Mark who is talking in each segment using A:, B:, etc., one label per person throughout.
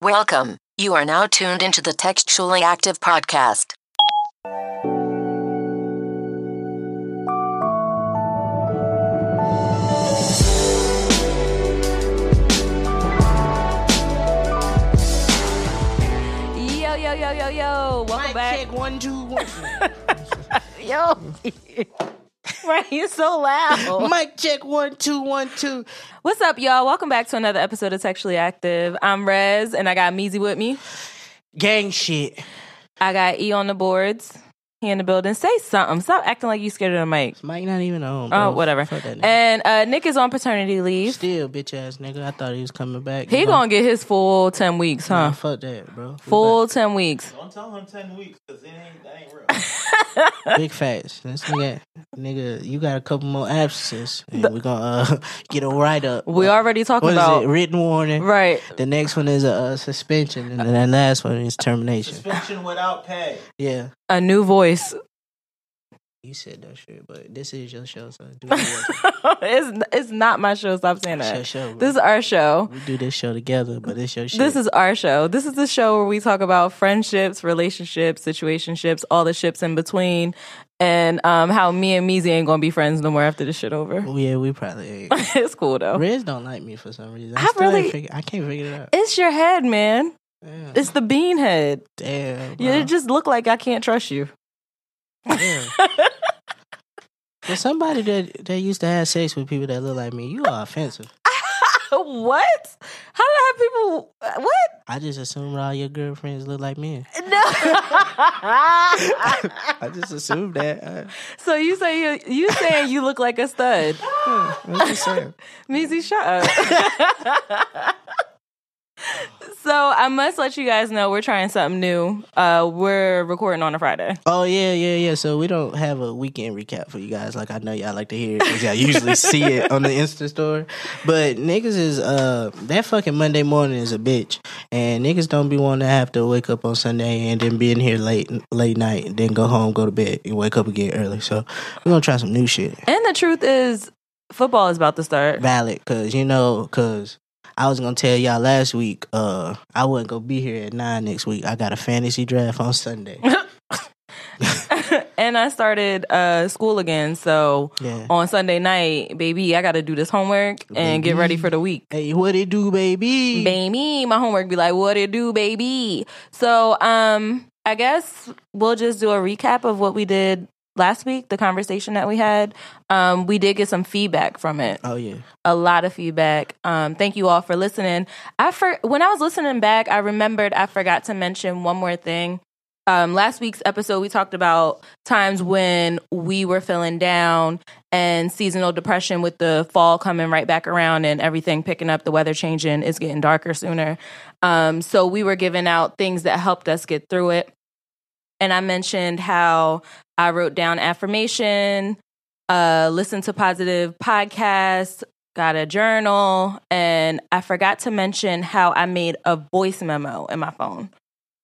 A: Welcome. You are now tuned into the Textually Active Podcast.
B: Yo, yo, yo, yo, yo. Welcome
C: Mic
B: back.
C: check one two one.
B: Yo. right, you're so loud.
C: Mic check one two one two.
B: What's up, y'all? Welcome back to another episode of Textually Active. I'm Rez, and I got Meezy with me.
C: Gang shit.
B: I got E on the boards. He in the building. Say something. Stop acting like you scared of the mic.
C: Might not even own.
B: Oh, whatever.
C: Fuck that nigga.
B: And uh, Nick is on paternity leave.
C: Still bitch ass nigga. I thought he was coming back.
B: He
C: You know?
B: gonna get his full ten weeks,
C: Nah,
B: huh?
C: fuck that, bro. We
B: Full ten weeks.
D: Don't tell him ten weeks, cause it ain't that ain't real.
C: back. big facts. This nigga, nigga, you got a couple more absences, and we're gonna uh, get a write up.
B: We already talked
C: What is
B: about
C: it? Written warning.
B: right.
C: The next one is a uh, suspension, and then the last one is termination.
D: Suspension without pay.
C: Yeah,
B: A new voice.
C: you said that shit, but this is your show, so do it.
B: it's it's not my show. Stop saying
C: It's your
B: that.
C: show. Bro.
B: This is our show.
C: we do this show together, but it's your shit.
B: This is our show. This is the show where we talk about friendships, relationships, situationships, all the ships in between, and um, how me and Meezy ain't gonna be friends no more after this shit over.
C: Oh, yeah, we probably ain't.
B: it's cool though.
C: Riz don't like me for some reason. I,
B: I
C: still ain't
B: really-
C: figure, I can't figure it out.
B: It's your head, man.
C: Damn,
B: It's the bean head.
C: damn,
B: You
C: bro.
B: just look like I can't trust you.
C: damn. For somebody that that used to have sex with people that look like me, you are offensive.
B: what? How did I have people? uh, What?
C: I just assumed all your girlfriends look like men.
B: No.
C: I just assumed that. I,
B: so you say you you saying you look like a stud?
C: yeah, I'm just saying.
B: Measy, shut up. so I must let you guys know we're trying something new. Uh, we're recording on a Friday.
C: Oh yeah, yeah, yeah. So we don't have a weekend recap for you guys. Like I know y'all like to hear it 'cause y'all usually see it on the Insta story. But niggas is uh that fucking Monday morning is a bitch, and niggas don't be wanting to have to wake up on Sunday and then be in here late late night, and then go home, go to bed, and wake up again early. So we're gonna try some new shit.
B: And the truth is, football is about to start.
C: Valid, cause you know, cause. I was gonna tell y'all last week, uh, I wasn't gonna be here at nine next week. I got a fantasy draft on Sunday.
B: and I started uh, school again, so
C: Yeah.
B: on Sunday night, baby, I got to do this homework and get ready
C: Baby.
B: for the week.
C: Hey, what it do, baby?
B: Baby, my homework be like, what it do, baby? So, um, I guess we'll just do a recap of what we did last week, the conversation that we had. Um, we did get some feedback from it,
C: oh yeah.
B: a lot of feedback. Um, thank you all for listening. I for when I was listening back, I remembered I forgot to mention one more thing. Um, last week's episode, we talked about times when we were feeling down and seasonal depression with the fall coming right back around and everything picking up, the weather changing, it's getting darker sooner. Um, so we were giving out things that helped us get through it. And I mentioned how I wrote down affirmation, uh, listened to positive podcasts, got a journal, and I forgot to mention how I made a voice memo in my phone.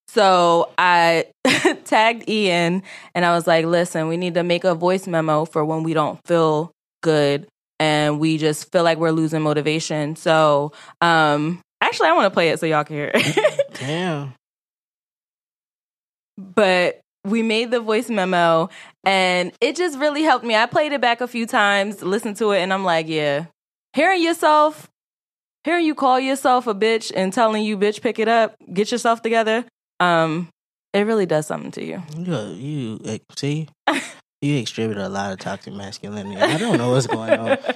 B: So I tagged Ian and I was like, listen, we need to make a voice memo for when we don't feel good and we just feel like we're losing motivation. So um actually I want to play it so y'all can hear it.
C: Damn.
B: but we made the voice memo and it just really helped me. I played it back a few times, listened to it, and I'm like, yeah, hearing yourself, hearing you call yourself a bitch and telling you, bitch, pick it up, get yourself together, um, it really does something to you.
C: You, you like, see, you exhibit a lot of toxic masculinity. I don't know what's going on.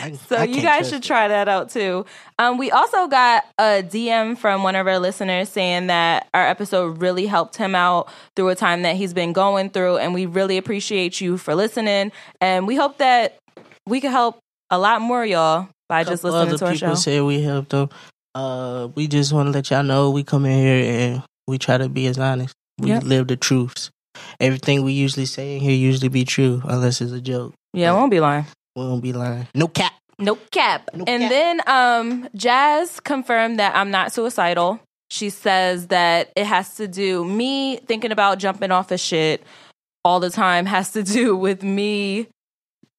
C: I,
B: So
C: I
B: you
C: can't
B: guys
C: trust
B: should
C: it.
B: try that out too. Um, we also got a DM from one of our listeners saying that our episode really helped him out through a time that he's been going through, and we really appreciate you for listening. And we hope that we can help a lot more of y'all by just
C: Couple
B: listening
C: other
B: to our
C: people
B: show.
C: said we helped them. Uh, we just want to let y'all know we come in here and we try to be as honest. We
B: Yep.
C: live the truths. Everything we usually say in here usually be true, unless it's a joke.
B: yeah, I won't be lying.
C: We won't be lying. No cap.
B: No cap.
C: No
B: and
C: cap.
B: then um Jazz confirmed that I'm not suicidal. She says that it has to do me thinking about jumping off of shit all the time has to do with me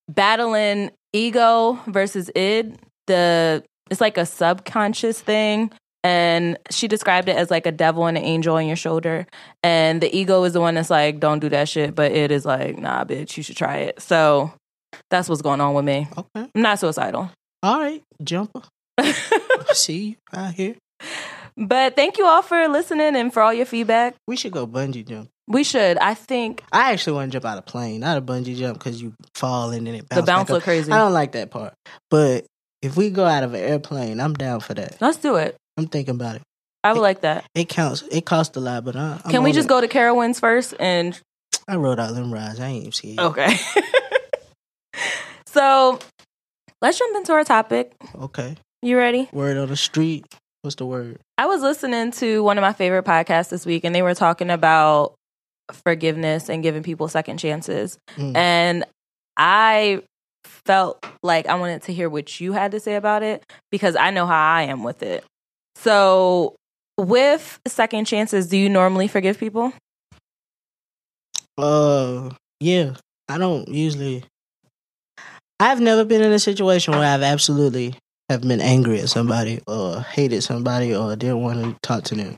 B: battling ego versus id. The it's like a subconscious thing. and she described it as like a devil and an angel on your shoulder. And the ego is the one that's like, don't do that shit. But it is like, nah, bitch, you should try it. So that's what's going on with me.
C: Okay.
B: I'm not suicidal.
C: All right, jumper. See you out here.
B: But thank you all for listening and for all your feedback.
C: We should go bungee jump.
B: We should. I think
C: I actually want to jump out of plane, not a bungee jump, because you fall and then it bounces.
B: the bounce look crazy.
C: I don't like that part. But if we go out of an airplane, I'm down for that.
B: Let's do it.
C: I'm thinking about it.
B: I would like that.
C: It counts. It costs a lot, but I, I'm
B: Can we
C: on
B: just
C: it.
B: go to Carowinds first and
C: I rode out them rides. I ain't even see it.
B: okay? so let's jump into our topic.
C: Okay.
B: You ready?
C: Word on the street. What's the word?
B: I was listening to one of my favorite podcasts this week, and they were talking about forgiveness and giving people second chances.
C: Mm.
B: And I felt like I wanted to hear what you had to say about it because I know how I am with it. So, with second chances, do you normally forgive people?
C: Uh, yeah. I don't usually. I've never been in a situation where I've absolutely have been angry at somebody or hated somebody or didn't want to talk to them.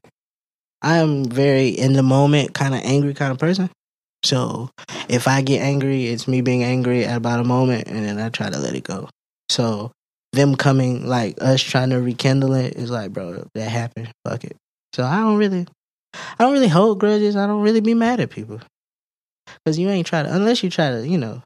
C: I am very in the moment kind of angry kind of person. So if I get angry, it's me being angry at about a moment and then I try to let it go. So them coming like us trying to rekindle it is like, bro, that happened. Fuck it. So I don't really I don't really hold grudges. I don't really be mad at people. Cause you ain't try to, unless you try to, you know,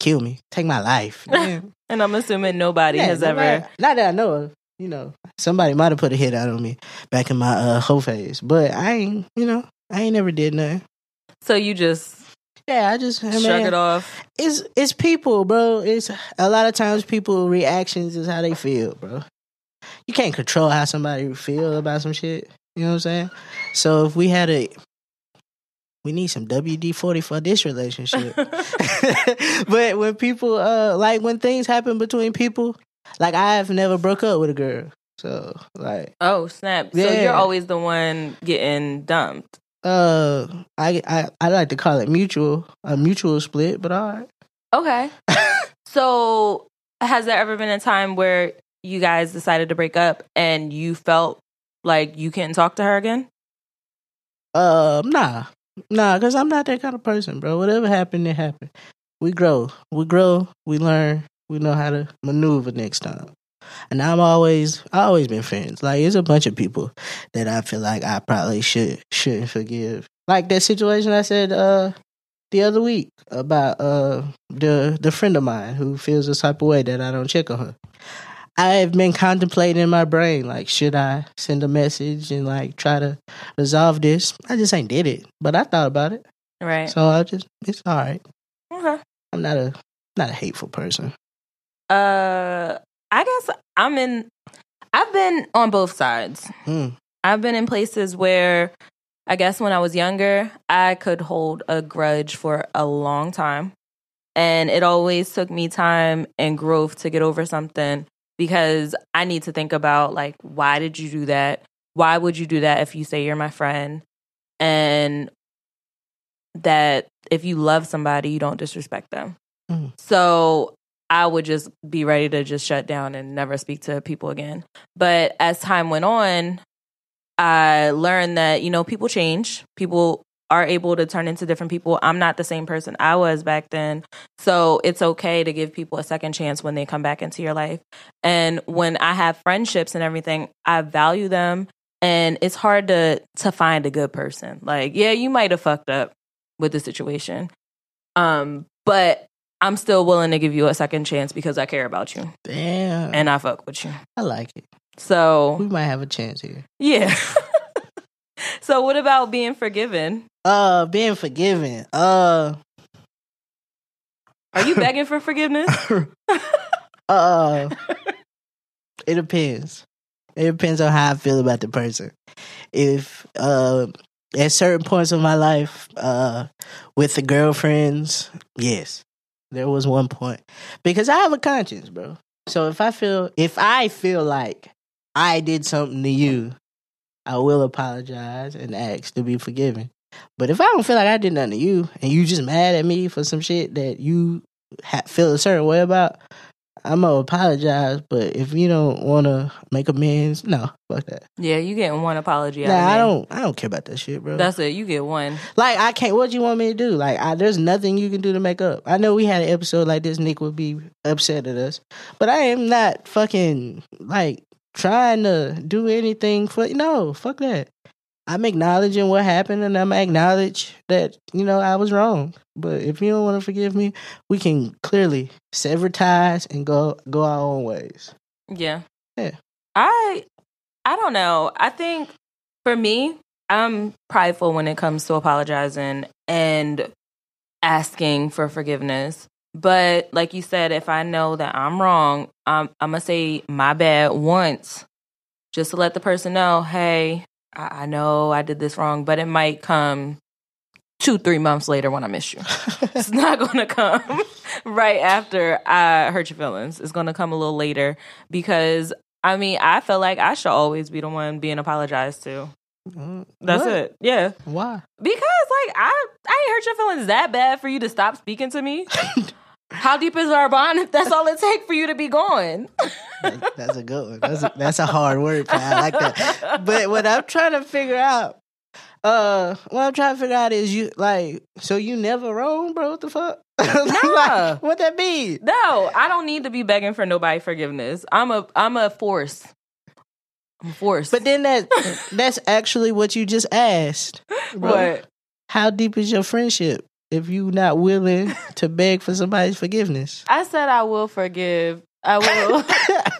C: kill me, take my life. Man,
B: And I'm assuming nobody
C: yeah,
B: has
C: nobody-
B: ever.
C: Not that I know of. You know, somebody might have put a hit out on me back in my uh, whole phase, but I ain't. You know, I ain't never did nothing.
B: So you just
C: Yeah, I just I
B: shrug
C: mean,
B: it off.
C: It's it's people, bro. It's a lot of times people reactions is how they feel, bro. You can't control how somebody feel about some shit. You know what I'm saying? So if we had a, we need some WD forty for this relationship. but when people uh like when things happen between people, like I've never broke up with a girl. So like
B: oh snap! So
C: Yeah.
B: you're always the one getting dumped.
C: uh I I, I like to call it mutual a mutual split, but all right.
B: Okay. so has there ever been a time where you guys decided to break up and you felt like you couldn't talk to her again?
C: Uh nah. Nah, cuz I'm not that kind of person, bro. Whatever happened, it happened. We grow. We grow, we learn, we know how to maneuver next time. And I'm always I always been friends. Like it's a bunch of people that I feel like I probably should shouldn't forgive. Like that situation I said uh the other week about uh the the friend of mine who feels this type of way that I don't check on her. I have been contemplating in my brain like should I send a message and like try to resolve this. I just ain't did it, but I thought about it.
B: Right.
C: So I just it's all right.
B: okay.
C: I'm not a not a hateful person.
B: Uh, I guess I'm in. I've been on both sides.
C: Hmm.
B: I've been in places where I guess when I was younger, I could hold a grudge for a long time. And it always took me time and growth to get over something because I need to think about like why did you do that? Why would you do that if you say you're my friend? And that if you love somebody, you don't disrespect them.
C: Mhm.
B: So I would just be ready to just shut down and never speak to people again. But as time went on, I learned that, you know, people change. People are able to turn into different people. I'm not the same person I was back then. So it's okay to give people a second chance when they come back into your life. And when I have friendships and everything, I value them. And it's hard to to find a good person. Like, yeah, you might have fucked up with the situation. Um, but I'm still willing to give you a second chance because I care about you
C: Damn.
B: and I fuck with you.
C: I like it.
B: So
C: We might have a chance here.
B: yeah. so what about being forgiven?
C: Uh being forgiven. Uh
B: Are you begging for forgiveness?
C: uh it depends. It depends on how I feel about the person. If uh at certain points of my life, uh with the girlfriends, yes. There was one point. Because I have a conscience, bro. So if I feel if I feel like I did something to you, I will apologize and ask to be forgiven. But if I don't feel like I did nothing to you and you just mad at me for some shit that you ha- feel a certain way about, I'm gonna apologize, but if you don't want to make amends, no, fuck that.
B: Yeah, you getting one apology. out of
C: nah, I
B: me.
C: don't. I don't care about that shit, bro.
B: That's it. You get one.
C: Like I can't. What do you want me to do? Like I, there's nothing you can do to make up. I know we had an episode like this. Nick would be upset at us, but I am not fucking like trying to do anything for no. Fuck that. I'm acknowledging what happened, and I'm acknowledge that you know I was wrong. But if you don't want to forgive me, we can clearly sever ties and go go our own ways.
B: Yeah.
C: Yeah.
B: I I don't know. I think for me, I'm prideful when it comes to apologizing and asking for forgiveness. But like you said, if I know that I'm wrong, I'm I'm gonna say my bad once just to let the person know, hey, I, I know I did this wrong, but it might come two, three months later when I miss you. it's not gonna come right after I hurt your feelings. It's gonna come a little later because I mean I feel like I should always be the one being apologized to. That's it. Yeah.
C: Why?
B: Because like I I ain't hurt your feelings that bad for you to stop speaking to me. How deep is our bond if that's all it takes for you to be gone?
C: That- that's a good one. That's a, that's a hard word. pal. I like that. But what I'm trying to figure out, uh, what I'm trying to figure out is you like, so you never wrong, bro? What the fuck?
B: Nah.
C: like, what that mean?
B: No, I don't need to be begging for nobody forgiveness. I'm a I'm a force. I'm a force.
C: But then that that's actually what you just asked. Bro.
B: what?
C: How deep is your friendship if you not willing to beg for somebody's forgiveness?
B: I said I will forgive. I will.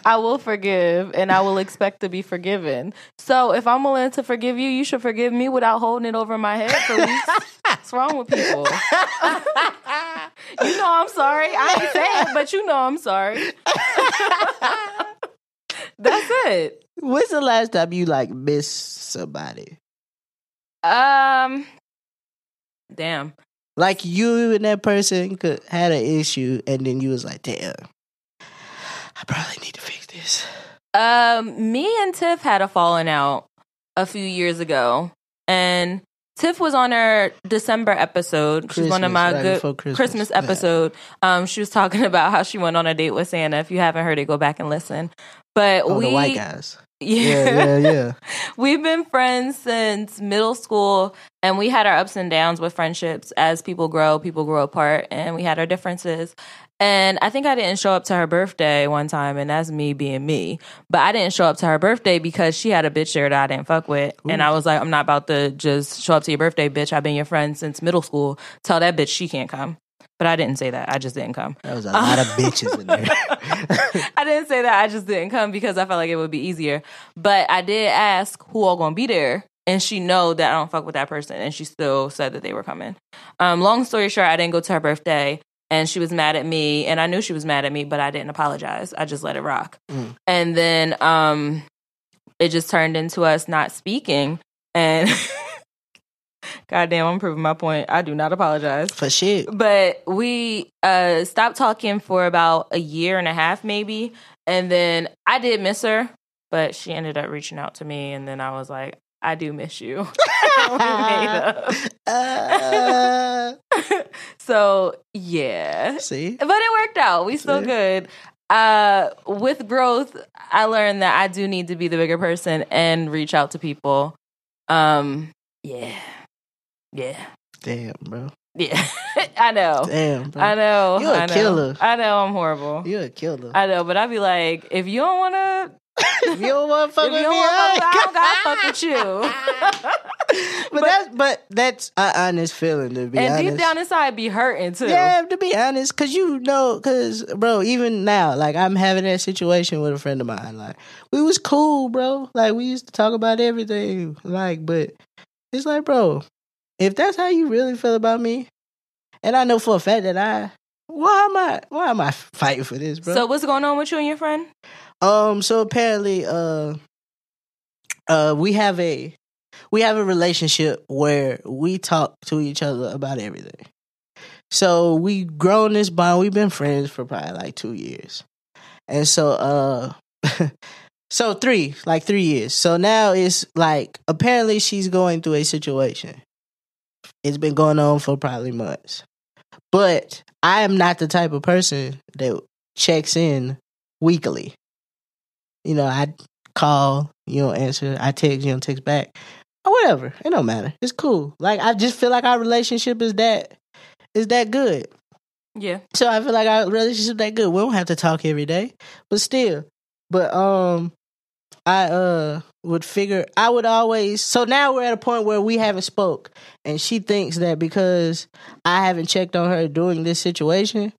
B: I will forgive, and I will expect to be forgiven. So if I'm willing to forgive you, you should forgive me without holding it over my head for weeks. What's wrong with people? you know I'm sorry. I ain't saying, but you know I'm sorry. That's it.
C: When's the last time you like miss somebody?
B: Um. Damn.
C: Like you and that person could had an issue, and then you was like, "Damn, I probably need to fix this."
B: Um, me and Tiff had a falling out a few years ago, and Tiff was on her December episode. She's one of
C: Christmas,
B: my
C: right
B: good
C: before
B: Christmas,
C: Christmas. Yeah.
B: episode. Um, she was talking about how she went on a date with Santa. If you haven't heard it, go back and listen. But
C: Oh,
B: we,
C: the white guys.
B: yeah.
C: Yeah, yeah, yeah.
B: We've been friends since middle school, and we had our ups and downs with friendships. As people grow, people grow apart, and we had our differences. And I think I didn't show up to her birthday one time, and that's me being me. But I didn't show up to her birthday because she had a bitch there that I didn't fuck with. And I was like, I'm not about to just show up to your birthday, bitch. I've been your friend since middle school. Tell that bitch she can't come. But I didn't say that. I just didn't come.
C: That was a lot of bitches in there.
B: I didn't say that. I just didn't come because I felt like it would be easier. But I did ask who all gonna be there, and she know that I don't fuck with that person, and she still said that they were coming. Um, long story short, I didn't go to her birthday, and she was mad at me, and I knew she was mad at me, but I didn't apologize. I just let it rock,
C: Mm.
B: and then um, it just turned into us not speaking, and. Goddamn, I'm proving my point. I do not apologize
C: For shit.
B: but we uh stopped talking for about a year and a half maybe and then i did miss her but she ended up reaching out to me and then i was like i do miss you We made
C: Uh,
B: up. so yeah
C: see,
B: but it worked out we still
C: See?
B: good uh with growth i learned that i do need to be the bigger person and reach out to people um yeah yeah
C: damn, bro,
B: yeah i know
C: damn, bro,
B: I know.
C: You a
B: I know.
C: killer.
B: I know I'm horrible.
C: you a killer.
B: I know, but I'd be like, if you don't want to,
C: if you don't want to fuck
B: if
C: with
B: you don't
C: me,
B: want to,
C: I
B: I
C: ain't
B: don't gotta fuck with you.
C: but, that's but that's an honest feeling to be
B: and
C: honest.
B: deep down inside, be hurting too.
C: Yeah, to be honest, because you know, because bro, even now, like I'm having that situation with a friend of mine. Like we was cool, bro. Like we used to talk about everything. Like, but it's like, bro, if that's how you really feel about me, and I know for a fact that I, why am I, why am I fighting for this, bro?
B: So what's going on with you and your friend?
C: Um, so apparently, uh, uh, we have a we have a relationship where we talk to each other about everything. So we grown this bond. We've been friends for probably like two years, and so uh, so three like three years. So now it's like apparently she's going through a situation. It's been going on for probably months, but I am not the type of person that checks in weekly. You know, I call, you don't answer. I text, you don't text back. Or whatever. It don't matter. It's cool. Like I just feel like our relationship is that is that good.
B: Yeah.
C: So I feel like our relationship that good. We don't have to talk every day, but still. But um, I uh would figure I would always. So now we're at a point where we haven't spoke, and she thinks that because I haven't checked on her during this situation,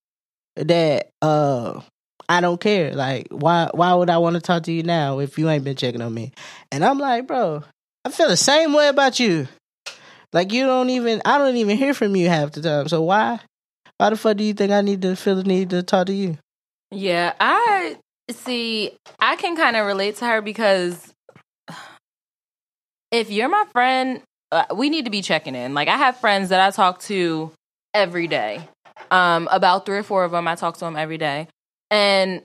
C: that uh. I don't care. Like, why? Why would I want to talk to you now if you ain't been checking on me? And I'm like, bro, I feel the same way about you. Like, you don't even. I don't even hear from you half the time. So why? Why the fuck do you think I need to feel the need to talk to you?
B: Yeah, I see. I can kind of relate to her because if you're my friend, uh, we need to be checking in. Like, I have friends that I talk to every day. Um, about three or four of them, I talk to them every day, and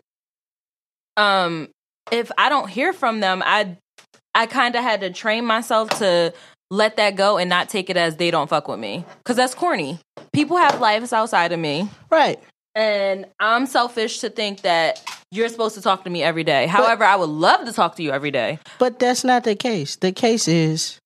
B: um, if I don't hear from them, I I kind of had to train myself to let that go and not take it as they don't fuck with me because that's corny. People have lives outside of me.
C: Right.
B: And I'm selfish to think that you're supposed to talk to me every day. However, I would love to talk to you every day.
C: But that's not the case. The case is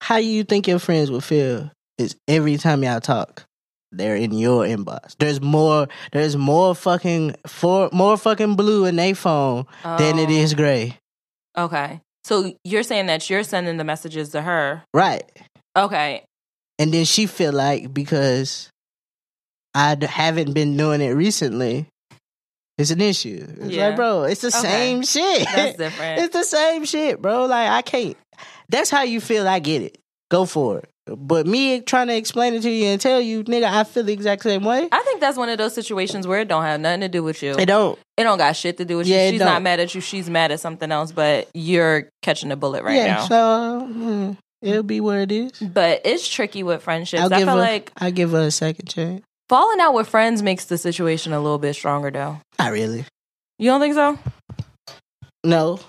C: how you think your friends would feel is every time y'all talk, they're in your inbox. There's more there's more fucking for more fucking blue in their phone than it
B: Oh,
C: is gray.
B: Okay. So you're saying that you're sending the messages to her.
C: Right.
B: Okay.
C: And then she feel like because I d- haven't been doing it recently, it's an issue. It's
B: Yeah.
C: like, bro, it's the
B: Okay.
C: same shit.
B: That's different.
C: It's the same shit, bro. Like I can't. That's how you feel. I get it. Go for it. But me trying to explain it to you and tell you, nigga, I feel the exact same way.
B: I think that's one of those situations where it don't have nothing to do with you.
C: I
B: It
C: don't.
B: don't got shit to do with you.
C: Yeah, it
B: She's not
C: don't.
B: mad at you. She's mad at something else, but you're catching a bullet right
C: yeah.
B: now.
C: So mm, it'll be what it is.
B: but it's tricky with friendships.
C: I'll
B: I
C: give
B: feel
C: her.
B: like
C: I'll give her a second chance.
B: falling out with friends makes the situation a little bit stronger though.
C: Not really.
B: You don't think so?
C: No.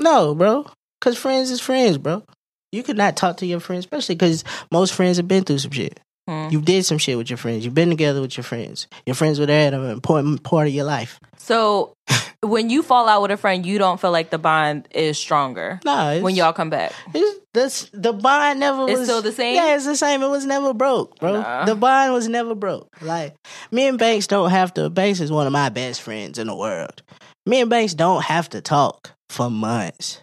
C: No, bro. Cause friends is friends, bro. You could not talk to your friends, especially because most friends have been through some shit.
B: Hmm.
C: You did some shit with your friends. You've been together with your friends. Your friends were there at an important part of your life.
B: So when you fall out with a friend, you don't feel like the bond is stronger
C: Nah, it's,
B: when y'all come back.
C: It's, this, the bond never
B: It's
C: was
B: still the same?
C: Yeah, it's the same. It was never broke, bro.
B: Nah.
C: The bond was never broke. Like me and Banks don't have to. Banks is one of my best friends in the world. Me and Banks don't have to talk for months.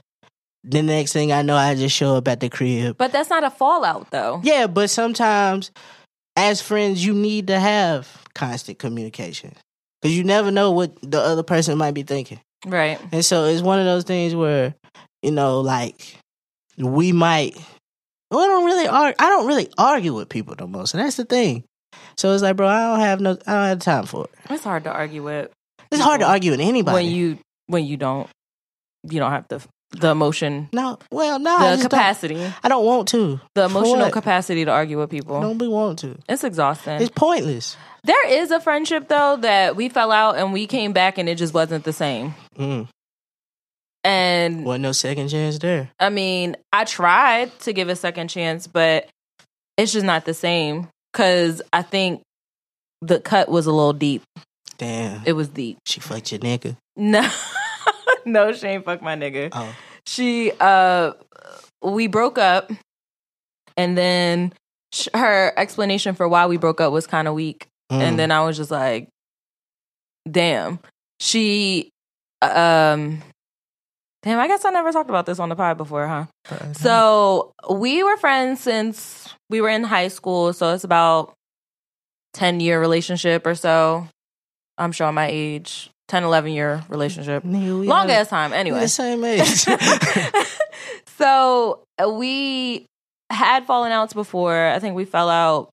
C: The next thing I know, I just show up at the crib.
B: But that's not a fallout though.
C: Yeah, but sometimes as friends, you need to have constant communication because you never know what the other person might be thinking.
B: Right.
C: And so it's one of those things where, you know, like we might well, I don't really argue I don't really argue with people the most. And that's the thing. So it's like, bro, I don't have no I don't have time for it.
B: It's hard to argue with
C: It's hard to argue with anybody.
B: when you when you don't you don't have the the emotion
C: No well no I
B: the
C: just
B: capacity.
C: Don't, I don't want to.
B: The
C: For
B: emotional
C: what?
B: capacity to argue with people.
C: I don't be want to.
B: It's exhausting.
C: It's pointless.
B: there is a friendship though that we fell out and we came back and it just wasn't the same.
C: Mm.
B: And
C: Wasn't Mm. no second chance there.
B: I mean, I tried to give a second chance, but it's just not the same because I think the cut was a little deep.
C: Damn.
B: It was deep.
C: she fucked your nigga.
B: No, no, she ain't fuck my nigga.
C: Oh.
B: She, uh, we broke up, and then sh- her explanation for why we broke up was kind of weak.
C: Mm.
B: And then I was just like, damn. She, um, damn, I guess I never talked about this on the pod before, huh?
C: then
B: So we were friends since we were in high school. So it's about 10 year relationship or so. I'm showing my age. 10, 11 year relationship.
C: nigga, we
B: Long
C: all-
B: ass time.
C: we
B: Anyway.
C: the same age.
B: so uh, we had fallen outs before. I think we fell out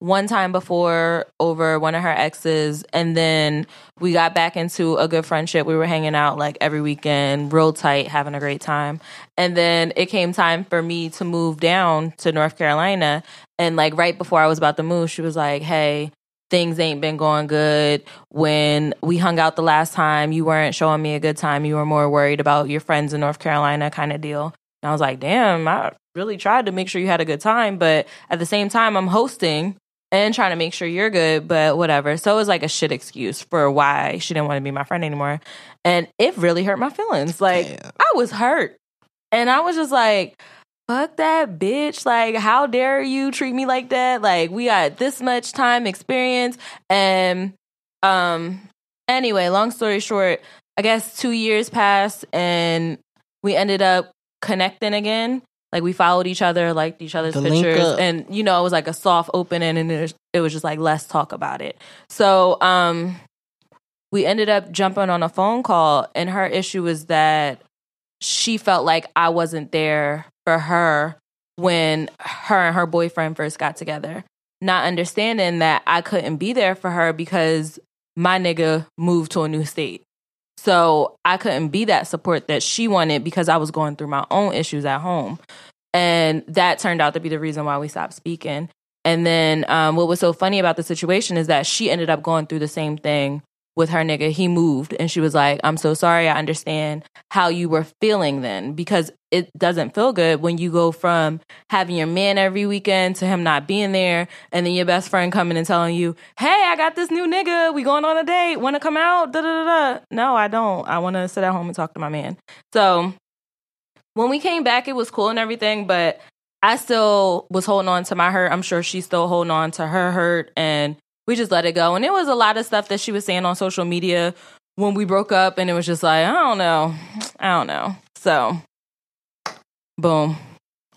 B: one time before over one of her exes. And then we got back into a good friendship. We were hanging out like every weekend, real tight, having a great time. And then it came time for me to move down to North Carolina. And like right before I was about to move, she was like, hey, things ain't been going good. When we hung out the last time, you weren't showing me a good time. You were more worried about your friends in North Carolina kind of deal. And I was like, damn, I really tried to make sure you had a good time. But at the same time, I'm hosting and trying to make sure you're good, but whatever. So it was like a shit excuse for why she didn't want to be my friend anymore. And it really hurt my feelings. Like
C: Damn.
B: I was hurt. And I was just like, fuck that bitch. Like, how dare you treat me like that? Like, we got this much time experience. And um anyway, long story short, I guess two years passed and we ended up connecting again. Like we followed each other, liked each other's
C: The link
B: pictures,
C: up.
B: and you know it was like a soft opening, and it was, it was just like let's talk about it. So um, we ended up jumping on a phone call, and her issue was that she felt like I wasn't there for her when her and her boyfriend first got together, not understanding that I couldn't be there for her because my nigga moved to a new state. So I couldn't be that support that she wanted because I was going through my own issues at home. And that turned out to be the reason why we stopped speaking. And then um, what was so funny about the situation is that she ended up going through the same thing with her nigga. He moved and she was like, I'm so sorry. I understand how you were feeling then because it doesn't feel good when you go from having your man every weekend to him not being there and then your best friend coming and telling you, Hey, I got this new nigga. We going on a date. Wanna come out? Da da da da. No, I don't. I wanna sit at home and talk to my man. So when we came back, it was cool and everything, but I still was holding on to my hurt. I'm sure she's still holding on to her hurt, and we just let it go. And it was a lot of stuff that she was saying on social media when we broke up, and it was just like, I don't know, I don't know. So, boom.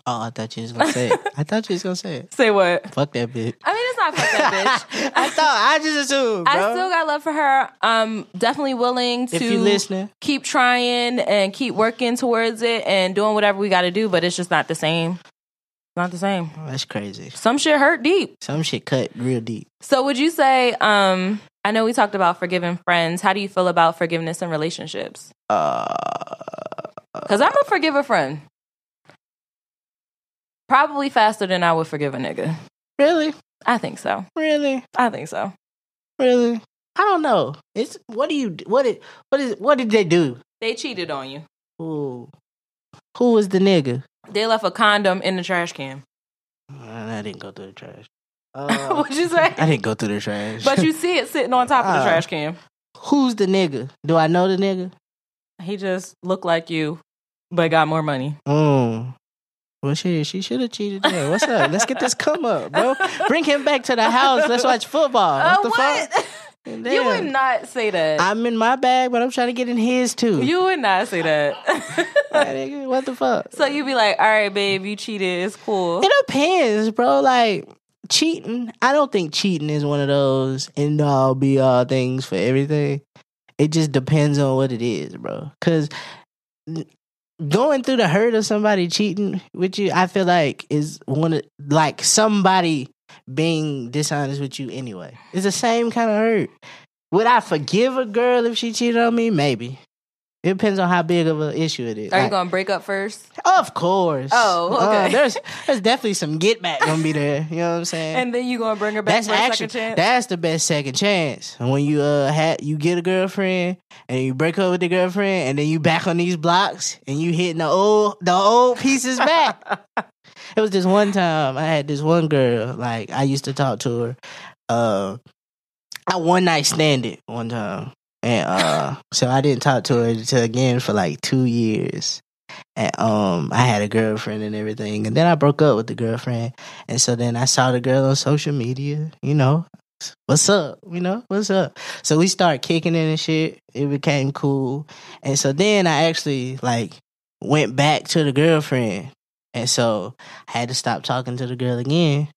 C: Oh, I thought you was gonna say it. I thought you was gonna say it.
B: Say what?
C: Fuck that bitch.
B: I mean, it's not fuck that bitch.
C: I thought I just assumed. Bro.
B: I still got love for her. Um, definitely willing to
C: if you listening,
B: keep trying and keep working towards it and doing whatever we got to do, but it's just not the same. Not the same.
C: oh, that's crazy.
B: Some shit hurt deep.
C: Some shit cut real deep.
B: So would you say um I know we talked about forgiving friends. How do you feel about forgiveness in relationships?
C: Uh,
B: Cuz I'm a forgive a friend. Probably faster than I would forgive a nigga.
C: really,
B: I think so.
C: really,
B: I think so.
C: really. I don't know. It's what do you what did what is what did they do?
B: They cheated on you.
C: Who who was the nigga?
B: They left a condom in the trash can.
C: I didn't go through the trash. Uh,
B: What'd you say?
C: I didn't go through the trash.
B: But you see it sitting on top of the
C: Uh.
B: trash can.
C: who's the nigga? Do I know the nigga?
B: He just looked like you but got more money.
C: Mm. Well, she she should have cheated there. What's up? Let's get this come up, bro. Bring him back to the house. Let's watch football.
B: Uh,
C: What the
B: what?
C: fuck?
B: you
C: Damn.
B: would not say that.
C: I'm in my bag, but I'm trying to get in his too.
B: you would not say that.
C: Like, nigga, what the fuck?
B: So you'd be like, all right, babe, you cheated. It's cool.
C: It depends, bro. Like cheating, I don't think cheating is one of those end all be all things for everything. It just depends on what it is, bro. Cause n- going through the hurt of somebody cheating with you, I feel like is one of like somebody being dishonest with you anyway. It's the same kind of hurt. Would I forgive a girl if she cheated on me? Maybe. It depends on how big of an issue it is.
B: Are you
C: Like,
B: going to break up first?
C: of course.
B: Oh,
C: Uh,
B: okay.
C: there's there's definitely some get back gonna be there. You know what I'm saying?
B: And then you going to bring her back
C: that's
B: for a second
C: actually
B: chance?
C: that's the best second chance. When you uh had you get a girlfriend and you break up with the girlfriend and then you back on these blocks and you hitting the old the old pieces back. it was this one time I had this one girl like I used to talk to her. Uh, I one night stand it one time, and uh, so I didn't talk to her until again for like two years. And um, I had a girlfriend and everything, and then I broke up with the girlfriend, and so then I saw the girl on social media. You know, what's up? You know, what's up? So we started kicking it and shit. It became cool, and so then I actually like went back to the girlfriend, and so I had to stop talking to the girl again.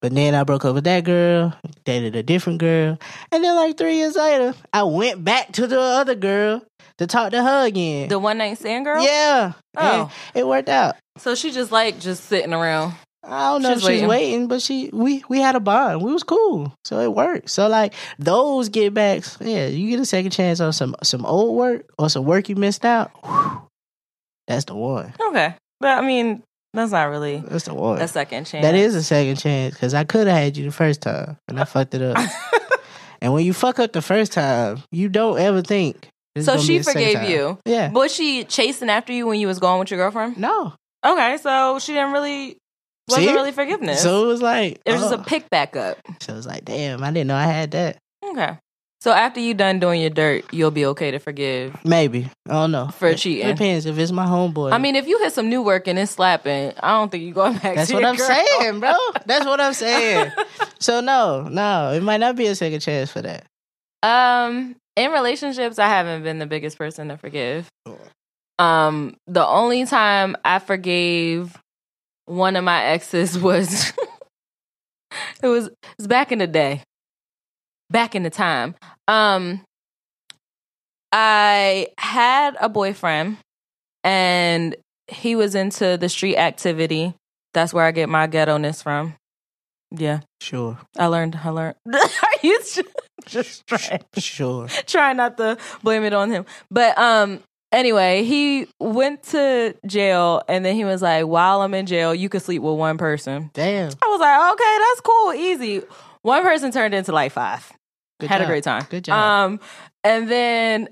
C: But then I broke up with that girl, dated a different girl, and then like three years later, I went back to the other girl to talk to her again.
B: the one night stand girl?
C: Yeah,
B: Oh.
C: And it worked out.
B: So she just like just sitting around.
C: I don't know
B: She's
C: if
B: waiting.
C: she's waiting. but she we we had a bond. We was cool, so it worked. So like those get backs, yeah, you get a second chance on some some old work or some work you missed out. whew, that's the one.
B: Okay. But I mean, that's not really
C: That's the one.
B: a second chance.
C: That is a second chance because I could have had you the first time and I fucked it up. and when you fuck up the first time, you don't ever think. this is
B: So
C: gonna
B: she
C: be a second
B: forgave
C: time.
B: you?
C: Yeah.
B: Was she chasing after you when you was going with your girlfriend?
C: No.
B: Okay, so she didn't really wasn't
C: See?
B: really forgiveness.
C: So it was like
B: it was just
C: oh.
B: a pick back up.
C: So it was like, damn, I didn't know I had that.
B: Okay. So after you done doing your dirt, you'll be okay to forgive.
C: Maybe I don't know
B: For
C: It-
B: cheating.
C: It depends if it's my homeboy.
B: I mean, if you hit some new work and it's slapping, I don't think you going back.
C: That's
B: to
C: what
B: your
C: I'm
B: girl.
C: saying, bro. That's what I'm saying. so no, no, it might not be a second chance for that.
B: Um, in relationships, I haven't been the biggest person to forgive. Um, the only time I forgave one of my exes was it was it was back in the day, back in the time. Um, I had a boyfriend, and he was into the street activity. That's where I get my ghetto ness from. Yeah,
C: Sure,
B: I learned. I learned. Are you sure? just trying?
C: sure.
B: try not to blame it on him. But um anyway, he went to jail and then he was like, While I'm in jail, you can sleep with one person.
C: Damn,
B: I was like, Okay, that's cool, easy. One person turned into like five.
C: Good
B: Had
C: job.
B: a great time.
C: Good job.
B: Um and then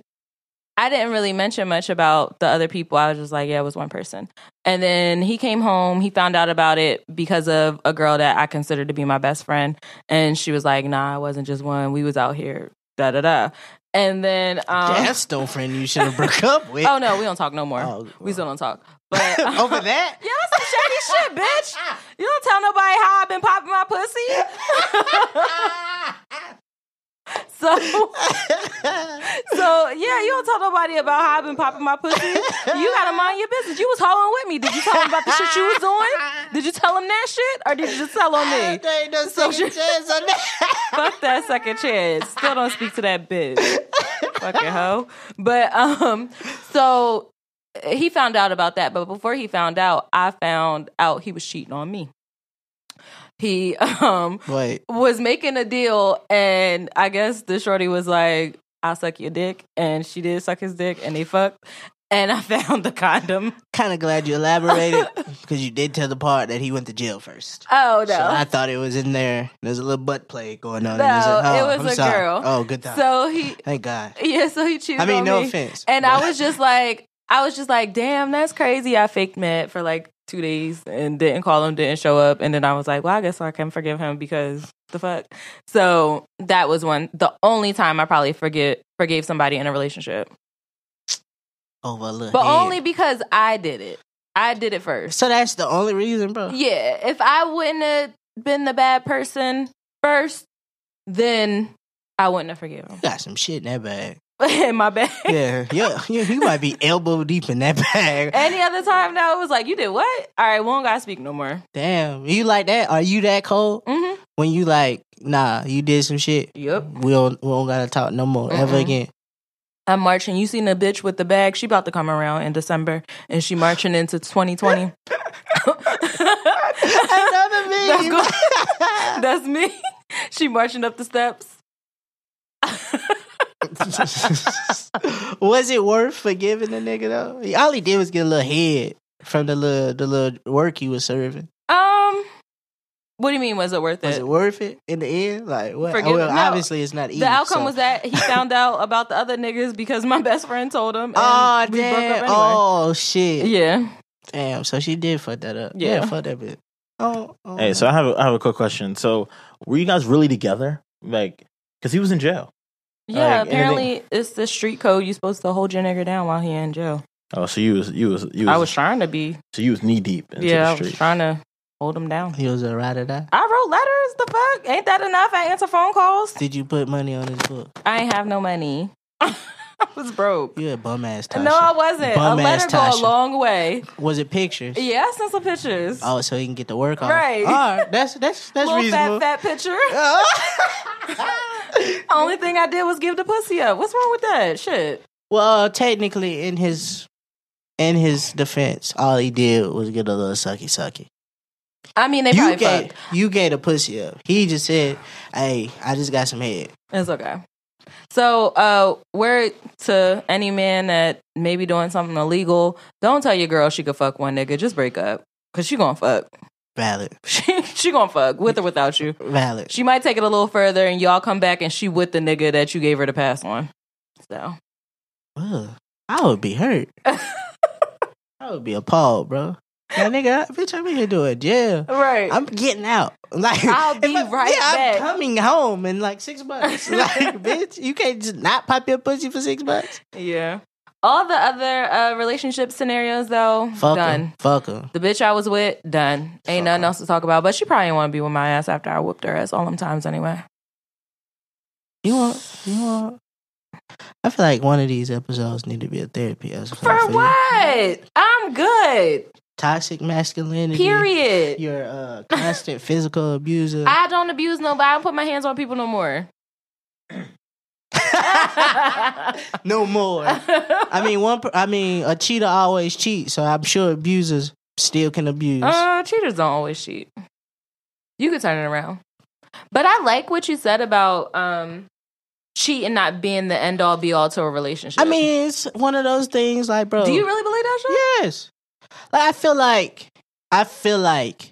B: I didn't really mention much about the other people. I was just like, yeah, it was one person. And then he came home. He found out about it because of a girl that I considered to be my best friend. And she was like, nah, I wasn't just one. We was out here, da da da. And then, um,
C: That's no friend you should have broke up with.
B: oh no, we don't talk no more.
C: Oh,
B: We still
C: well.
B: don't talk. But uh,
C: over that.
B: Yeah, that's some shady shit, bitch. You don't tell nobody how I've been popping my pussy. so, so yeah, you don't tell nobody about how I've been popping my pussy. You gotta mind your business. You was hoeing with me. Did you tell him about the shit you was doing? Did you tell him that shit, or did you just tell on me?
C: There ain't no
B: So
C: second
B: she-
C: chance on that.
B: Fuck that second chance. Still don't speak to that bitch. Fucking hoe. But um, so he found out about that. But before he found out, I found out he was cheating on me. He um
C: Wait,
B: was making a deal, and I guess the shorty was like, "I'll suck your dick," and she did suck his dick, and they fucked. And I found the condom.
C: kind of glad you elaborated because you did tell the part that he went to jail first.
B: Oh no!
C: So I thought it was in there. There's a little butt play going on.
B: No,
C: and it's like,
B: it
C: oh,
B: was
C: I'm
B: a
C: sorry.
B: girl.
C: Oh, good time.
B: so he
C: Thank God.
B: Yeah, so he cheated.
C: I mean,
B: on
C: no
B: me.
C: offense,
B: And
C: but-
B: I was just like, I was just like, damn, that's crazy. I faked mad for like two days and didn't call him, didn't show up, and then I was like, well, I guess I can forgive him because the fuck. So that was one, the only time I probably forget forgave somebody in a relationship,
C: Over a little
B: but
C: head.
B: only because I did it. I did it first.
C: So that's the only reason, bro.
B: Yeah, if I wouldn't have been the bad person first, then I wouldn't have forgiven him.
C: You got some shit in that bag.
B: My bad.
C: Yeah, yeah, yeah. You might be elbow deep in that bag.
B: Any other time though, it was like, you did what? All right, we don't gotta speak no more.
C: Damn, you like that? Are you that cold?
B: Mm-hmm.
C: When you like, nah, you did some shit.
B: Yep.
C: We don't, we don't gotta talk no more ever
B: Mm-mm.
C: again.
B: I'm marching. You seen the bitch with the bag? She about to come around in December, and she marching into 2020.
C: Another me.
B: That's good. That's me. She marching up the steps.
C: was it worth forgiving the nigga though? All he did was get a little head from the little the little work he was serving.
B: Um, what do you mean? Was it worth
C: Was
B: it?
C: it worth it in the end? Like what?
B: Forgive-
C: well,
B: no.
C: obviously it's not easy.
B: the outcome
C: so-
B: was that he found out about the other niggas because my best friend told him. And
C: Oh
B: um, we
C: damn!
B: broke up anyway.
C: Oh shit!
B: yeah.
C: Damn. So she did fuck that up.
B: Yeah.
C: Yeah, fuck that bit. Oh, oh.
D: Hey, so I have a, I have a quick question. So, were you guys really together? Like, because he was in jail.
B: Yeah,
D: Like,
B: apparently it's the street code. You're supposed to hold your nigga down while he in jail.
D: Oh, so you was you was you was,
B: I was trying to be.
D: so you was knee deep into
B: Yeah, I was
D: the street.
B: trying to hold him down.
C: oh. he was a ride or die.
B: I wrote letters. The fuck? Ain't that enough? I answer phone calls.
C: Did you put money on his book?
B: I ain't have no money. I was broke.
C: You a bum ass Tasha.
B: No, I wasn't.
C: Bum
B: a letter
C: ass
B: go a
C: Tasha.
B: long way.
C: Was it pictures?
B: Yeah, I sent some pictures.
C: Oh, so he can get the work off.
B: Right.
C: All right. That's that's that's
B: Little
C: reasonable.
B: fat, fat picture.
C: Oh.
B: Only thing I did was give the pussy up. What's wrong with that? Shit.
C: well, technically, in his in his defense, all he did was get a little sucky sucky.
B: I mean, they
C: You
B: probably
C: gave
B: fucked.
C: you gave a pussy up. He just said, "Hey, I just got some head."
B: It's okay. So, uh, word to any man that may be doing something illegal, don't tell your girl she could fuck one nigga. Just break up. Cause she gonna fuck.
C: Valid.
B: She, she gonna fuck with or without you.
C: Valid.
B: She might take it a little further, and y'all come back, and she with the nigga that you gave her the pass on. So
C: Ugh, I would be hurt. I would be appalled, bro. Now, nigga, bitch, I'm in here doing jail.
B: Right.
C: I'm getting out. Like
B: I'll be
C: if I-
B: right
C: yeah,
B: back.
C: I'm coming home in like six bucks. Like, bitch, you can't just not pop your pussy for six bucks.
B: yeah. All the other uh, relationship scenarios, though,
C: Fuck
B: done.
C: her. Fuck her.
B: The bitch I was with, done. Ain't
C: Fuck
B: nothing
C: her.
B: else to talk about. But she probably didn't want to be with my ass after I whooped her ass all them times anyway.
C: You want? You want? I feel like one of these episodes need to be a therapy episode.
B: For
C: you.
B: what? I'm good.
C: Toxic masculinity.
B: Period.
C: Your uh, constant physical abuser.
B: I don't abuse nobody. I don't put my hands on people no more.
C: no more. I mean, one. per- I mean, a cheater always cheats, so I'm sure abusers still can abuse.
B: Uh, cheaters don't always cheat. You could turn it around. But I like what you said about um cheating not being the end all be all to a relationship.
C: I mean, it's one of those things, like, bro.
B: do you really believe that shit?
C: Yes. Like I feel like I feel like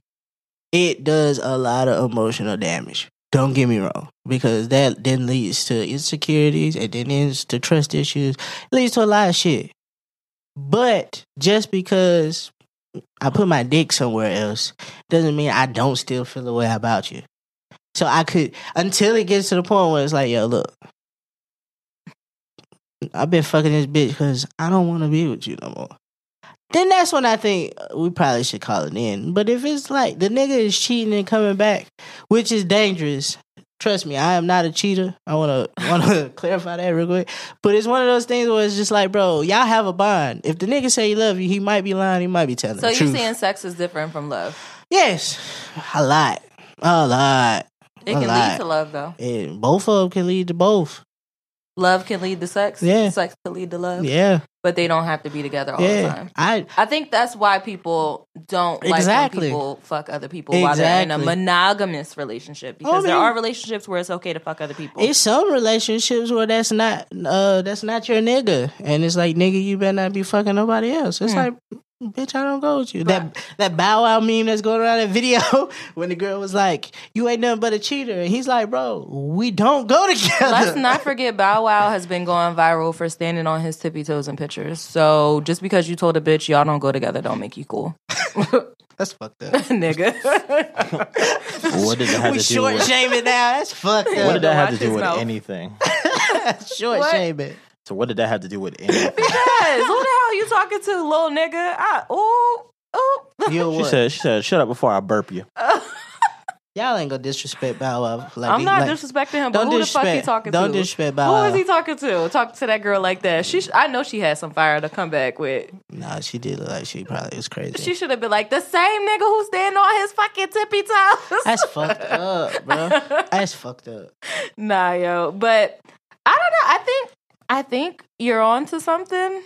C: it does a lot of emotional damage. Don't get me wrong, because that then leads to insecurities, and then leads to trust issues, leads to a lot of shit. But just because I put my dick somewhere else doesn't mean I don't still feel a way about you. So I could until it gets to the point where it's like, yo, look, I've been fucking this bitch because I don't want to be with you no more. Then that's when I think uh, we probably should call it in. But if it's like the nigga is cheating and coming back, which is dangerous. Trust me, I am not a cheater. I wanna wanna clarify that real quick. But it's one of those things where it's just like, bro, y'all have a bond. If the nigga say he love you, he might be lying. He might be telling
B: So
C: the
B: you're
C: truth.
B: saying sex is different from love.
C: Yes, a lot, a lot.
B: It can
C: A
B: lead
C: lot.
B: to love though.
C: And both of them can lead to both.
B: Love can lead to sex.
C: Yeah.
B: Sex can lead to love.
C: Yeah,
B: But they don't have to be together all the
C: yeah.
B: time.
C: I
B: I think that's why people don't like
C: Exactly.
B: when people fuck other people while they're in a
C: Exactly.
B: monogamous relationship. Because there
C: mean-
B: are relationships where it's okay to fuck other people.
C: it's some relationships where that's not uh that's not your nigga, and it's like nigga, you better not be fucking nobody else.
B: Hmm.
C: It's like. Bitch, I don't go with you. That that bow wow meme that's going around that video when the girl was like, "You ain't nothing but a cheater," and he's like, "Bro, we don't go together."
B: Let's not forget Bow Wow has been going viral for standing on his tippy toes in pictures. So just because you told a bitch y'all don't go together don't make you cool.
C: That's fucked up.
B: Nigga.
D: What did that have
C: we
D: to do
C: short
D: with?
C: shaming now. That's fucked up.
D: What did that have
B: Watch
D: to do
B: his
D: with
B: mouth.
D: anything?
C: short
B: What?
C: shaming.
D: So what did that have to do with anything?
B: yes. Who the hell are you talking to, little nigga? I ooh, ooh.
C: You a
D: She
C: what?
D: said, she said, shut up before I burp you.
C: Y'all ain't gonna disrespect Bow Wow. Like,
B: I'm not
C: like,
B: disrespecting him, but
C: Don't
B: who the fuck
C: disrespect.
B: he talking
C: don't
B: to?
C: disrespect
B: Who
C: Bow Wow.
B: is he talking to? Talk to that girl like that. She, sh- I know she had some fire to come back with.
C: Nah, she did look like she probably was crazy.
B: She should have been like the same nigga who's standing on his fucking tippy toes.
C: That's fucked up, bro. That's fucked up.
B: nah, yo. But I don't know. I think I think you're on to something.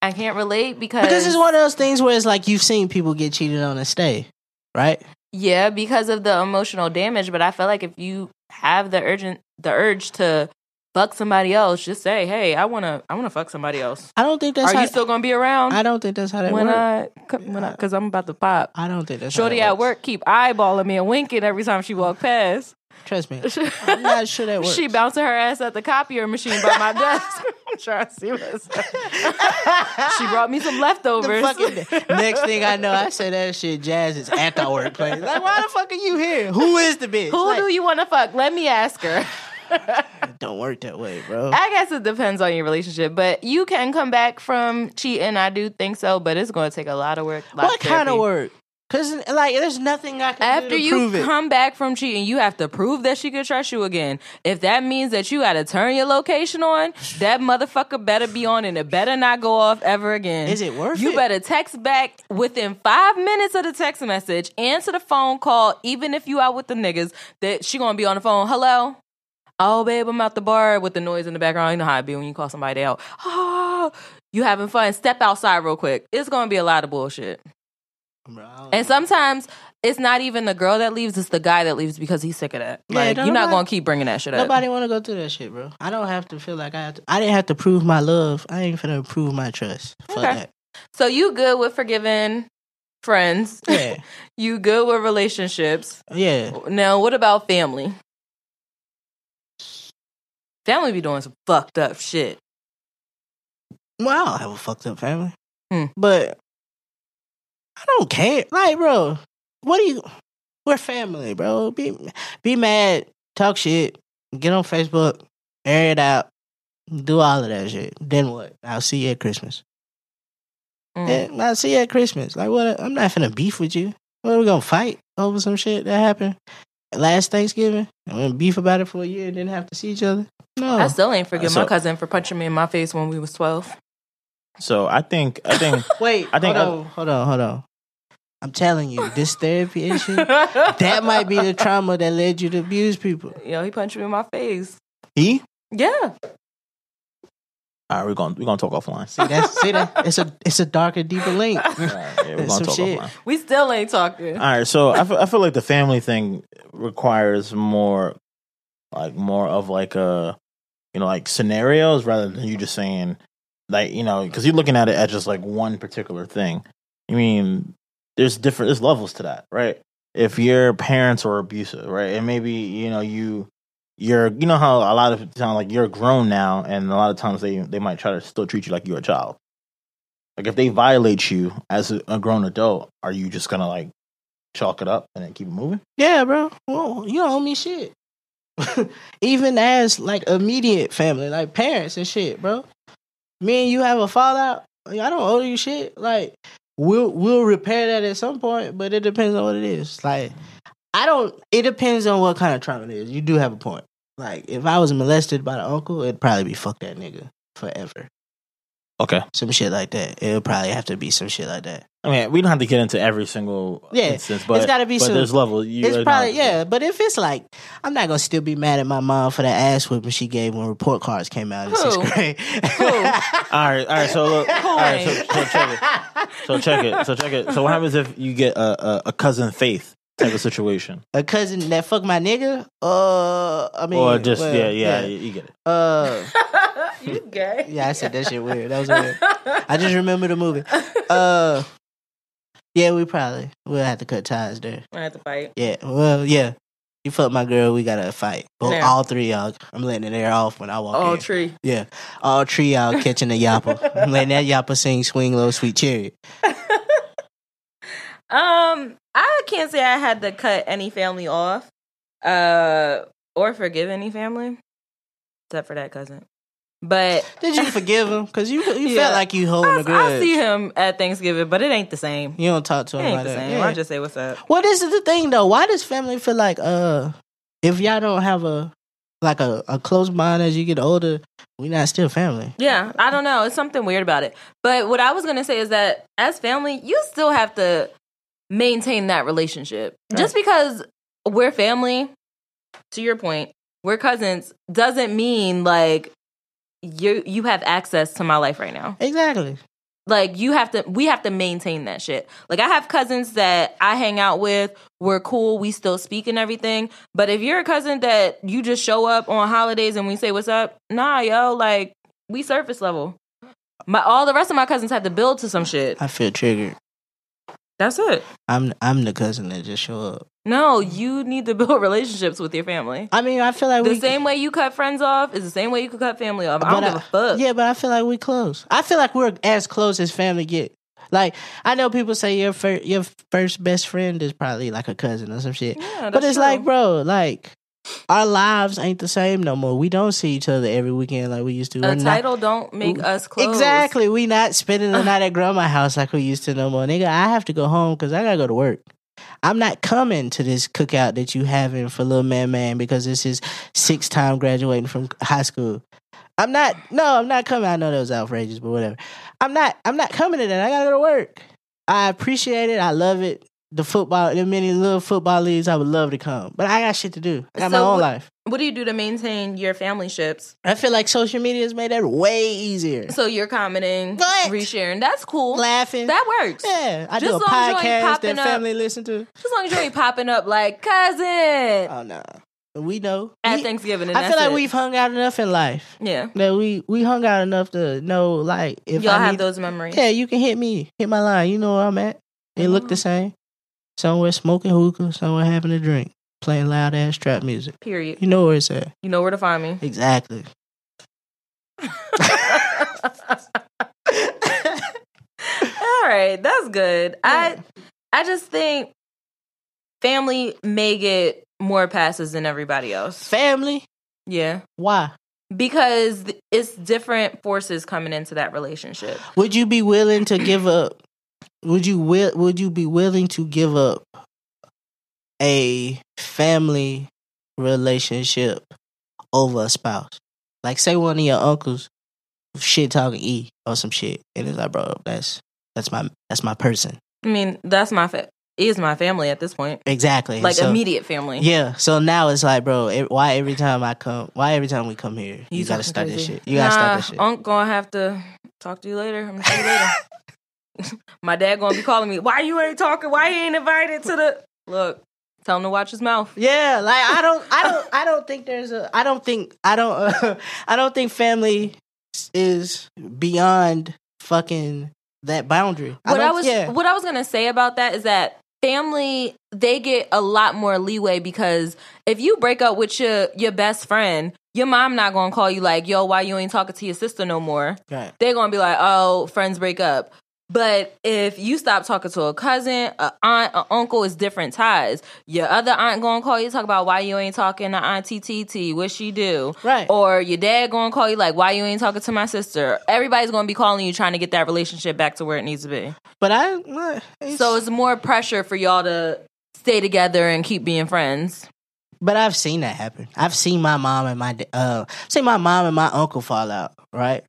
B: I can't relate because
C: Because it's one of those things where it's like you've seen people get cheated on and stay, right?
B: yeah, because of the emotional damage. But I feel like if you have the urgent the urge to fuck somebody else, just say, hey, I wanna I wanna fuck somebody else.
C: I don't think that's
B: Are
C: how.
B: you still gonna be around?
C: I don't think that's how that
B: when
C: works.
B: I, c- when I, cause I'm about to pop.
C: I don't think that's
B: Shorty
C: how that
B: at
C: works.
B: work keep eyeballing me and winking every time she walk past.
C: Trust me, I'm not sure that works.
B: She bouncing her ass at the copier machine by my desk. I'm trying to see what's. she brought me some
C: the
B: leftovers.
C: fucking next thing I know, I say that shit. Jazz is at the workplace. Like, why the fuck are you here? Who is the bitch?
B: Who
C: Like,
B: do you want to fuck? Let me ask her.
C: it Don't work that way, bro.
B: I guess it depends on your relationship, but you can come back from cheating. I do think so, but it's going to take a lot of work. lot
C: What kind
B: therapy.
C: of work? Cause like, there's nothing I can do
B: After
C: to
B: you
C: prove it.
B: come back from cheating, you have to prove that she could trust you again. If that means that you got to turn your location on, that motherfucker better be on and it better not go off ever again.
C: Is it worth
B: you
C: it?
B: better text back within five minutes of the text message, answer the phone call, even if you out with the niggas, that she gonna be on the phone. Hello? Oh, babe, I'm out the bar with the noise in the background. You know how it be when you call somebody out. Oh, you having fun. Step outside real quick. It's gonna be a lot of bullshit.
C: Bro, I don't-
B: And sometimes it's not even the girl that leaves; it's the guy that leaves because he's sick of that.
C: Yeah,
B: like
C: don't
B: you're not
C: nobody-
B: gonna keep bringing that shit up.
C: Nobody want to go through that shit, bro. I don't have to feel like I have to. I didn't have to prove my love. I ain't finna prove my trust. Fuck
B: Okay.
C: that.
B: So you good with forgiving friends?
C: Yeah,
B: you good with relationships?
C: yeah.
B: Now, what about family? Family be doing some fucked up shit.
C: Well, I don't have a fucked up family,
B: Hmm.
C: but I don't care. Like, bro, what do you? We're family, bro. Be be mad, talk shit, get on Facebook, air it out, do all of that shit. Then what? I'll see you at Christmas.
B: Mm.
C: And I'll see you at Christmas. Like, what? I'm not finna beef with you. What are we gonna fight over some shit that happened last Thanksgiving? I'm gonna beef about it for a year and then have to see each other. No,
B: I still ain't forgive my
D: So-
B: cousin for punching me in my face when we was twelve.
D: So I think I think
C: wait.
D: I think
C: hold
D: I-
C: on, hold on, hold on. I'm telling you, this therapy and shit. that might be the trauma that led you to abuse people.
B: Yo, he punched me in my face.
D: he.
B: Yeah.
D: All right, we're gonna we're gonna talk offline.
C: See that's see that it's a it's a darker, deeper link.
D: All right, yeah,
C: Some
D: we're gonna talk
C: shit.
D: offline.
B: We still ain't talking.
D: All right, so I fe- I feel like the family thing requires more, like more of like a, you know, like scenarios rather than you just saying, like you know, because you're looking at it as just like one particular thing. I mean, there's different there's levels to that, right? If your parents are abusive, right, and maybe you know you you're you know how a lot of times like you're grown now, and a lot of times they they might try to still treat you like you're a child. Like if they violate you as a, a grown adult, are you just gonna like chalk it up and then keep it moving?
C: Yeah, bro. Well, you don't owe me shit. Even as like immediate family, like parents and shit, bro. Me and you have a fallout. Like, I don't owe you shit. Like we'll we'll repair that at some point, but it depends on what it is. Like I don't. It depends on what kind of trauma it is. You do have a point. Like if I was molested by the uncle, it'd probably be fuck that nigga forever.
D: Okay.
C: Some shit like that. It'll probably have to be some shit like that.
D: I mean, we don't have to get into every single
C: Yeah,
D: instance, but
C: gotta be
D: but
C: some-
D: there's levels. You
C: it's
D: acknowledge
C: probably
D: it.
C: yeah, but if it's like I'm not gonna still be mad at my mom for the ass whipping she gave when report cards came out in
B: Who?
C: sixth grade.
D: All right, all right. So look, all right. So, so check it. So check it. So check it. So what happens if you get a a, a cousin faith type of situation,
C: A cousin that fuck my nigga. Uh, I mean,
D: or just
C: well,
D: yeah, yeah, You, you get it.
C: Uh,
B: you gay.
C: yeah, I said that shit weird. That was weird. I just remember the movie. Uh, yeah, we probably we'll have to cut ties there.
B: I had to fight.
C: Yeah, well, yeah. You fuck my girl, we gotta fight. Both,
B: Now.
C: all three of y'all. I'm letting it air off when I walk
B: Oh,
C: in.
B: tree.
C: Yeah, all three y'all catching the yapper. Letting that yapper sing Swing Low Sweet Chariot.
B: Um, I can't say I had to cut any family off, uh, or forgive any family, except for that cousin. But
C: Did you forgive him? Because you, you
B: Yeah.
C: felt like you holding
B: I,
C: a
B: I
C: grudge.
B: see him at Thanksgiving, but it ain't the same.
C: Oh, You don't talk to
B: It
C: him
B: ain't
C: like
B: the
C: that.
B: same.
C: Yeah.
B: I just say what's up.
C: well, this is the thing though. Why does family feel like uh, if y'all don't have a like a, a close bond as you get older, we not still family.
B: Yeah, I don't know. It's something weird about it. But what I was gonna say is that as family, you still have to maintain that relationship. Just because we're family, to your point, we're cousins, doesn't mean like you you have access to my life right now.
C: Exactly.
B: Like you have to we have to maintain that shit. Like I have cousins that I hang out with, we're cool, we still speak and everything. But if you're a cousin that you just show up on holidays and we say what's up, nah, yo, like we surface level. My all the rest of my cousins have to build to some shit.
C: I feel triggered.
B: That's it.
C: I'm I'm the cousin that just show up.
B: No, you need to build relationships with your family.
C: I mean, I feel like
B: The
C: we
B: same way you cut friends off is the same way you could cut family off. I don't
C: But uh,
B: give a fuck.
C: Yeah, but I feel like we close. I feel like we're as close as family get. Like I know people say your fir- your first best friend is probably like a cousin or some shit,
B: Yeah,
C: but
B: that's
C: it's like,
B: true.
C: bro, like our lives ain't the same no more. We don't see each other every weekend like we used to. We're
B: a
C: not-
B: title don't make us close.
C: Exactly, we not spending the night at grandma house like we used to no more, nigga. I have to go home because I gotta go to work. I'm not coming to this cookout that you having for little man man because this is sixth time graduating from high school. I'm not. No, I'm not coming. I know that was outrageous, but whatever. I'm not. I'm not coming to that. I gotta go to work. I appreciate it. I love it. The football, the many little football leagues, I would love to come, but I got shit to do. I got my
B: So
C: own
B: what-
C: life.
B: What do you do to maintain your family ships?
C: I feel like social media has made that way easier.
B: So you're commenting,
C: What?
B: resharing. That's cool.
C: Laughing.
B: That works.
C: Yeah, I
B: Just
C: do a
B: as long as you ain't
C: podcast
B: popping
C: that
B: up-
C: family listen to.
B: As long as you ain't popping up like cousin
C: Oh no, we know.
B: at
C: We-
B: Thanksgiving. And
C: I feel
B: that's
C: like
B: it.
C: we've hung out enough in life
B: yeah.
C: that we we hung out enough to know like if
B: Y'all
C: I
B: have
C: need,
B: those memories.
C: Yeah, you can hit me, hit my line. You know where I'm at. They look
B: Mm-hmm.
C: the same. Somewhere smoking hookah, somewhere having a drink, playing loud ass trap music.
B: Period.
C: You know where it's at.
B: You know where to find me.
C: Exactly.
B: All right, that's good. I I just think family may get more passes than everybody else.
C: Family?
B: Yeah,
C: Why?
B: because th- it's different forces coming into that relationship.
C: Would you be willing to give up? Would you will? Would you be willing to give up a family relationship over a spouse? Like, say one of your uncles shit talking E or some shit, and it's like, bro, that's that's my that's my person.
B: I mean, that's my fa- is my family at this point,
C: Exactly.
B: like
C: so,
B: immediate family.
C: Yeah. So now it's like, bro, it, why every time I come, why every time we come here, you,
B: You talking
C: gotta start this
B: crazy.
C: shit. You gotta
B: nah,
C: start this shit.
B: Unc gonna have to talk to you later. I'm gonna see you later. My dad gonna be calling me. Why you ain't talking? Why you ain't invited to the look? Tell him to watch his mouth.
C: Yeah, like I don't, I don't, I don't think there's a, I don't think, I don't, uh, I don't think family is beyond fucking that boundary.
B: What I,
C: don't-
B: was
C: yeah,
B: what I was gonna say about that is that family they get a lot more leeway because if you break up with your your best friend, your mom not gonna call you like, yo, why you ain't talking to your sister no more.
C: right.
B: they're gonna be like, oh, friends break up. But if you stop talking to a cousin, a aunt, a uncle, it's different ties. Your other aunt gonna call you talk about why you ain't talking to Auntie TT, what she do,
C: Right.
B: Or your dad gonna call you like, why you ain't talking to my sister? Everybody's gonna be calling you trying to get that relationship back to where it needs to be.
C: But I, uh, it's,
B: So it's more pressure for y'all to stay together and keep being friends.
C: but I've seen that happen. I've seen my mom and my, da- uh, I've seen my mom and my uncle fall out, right?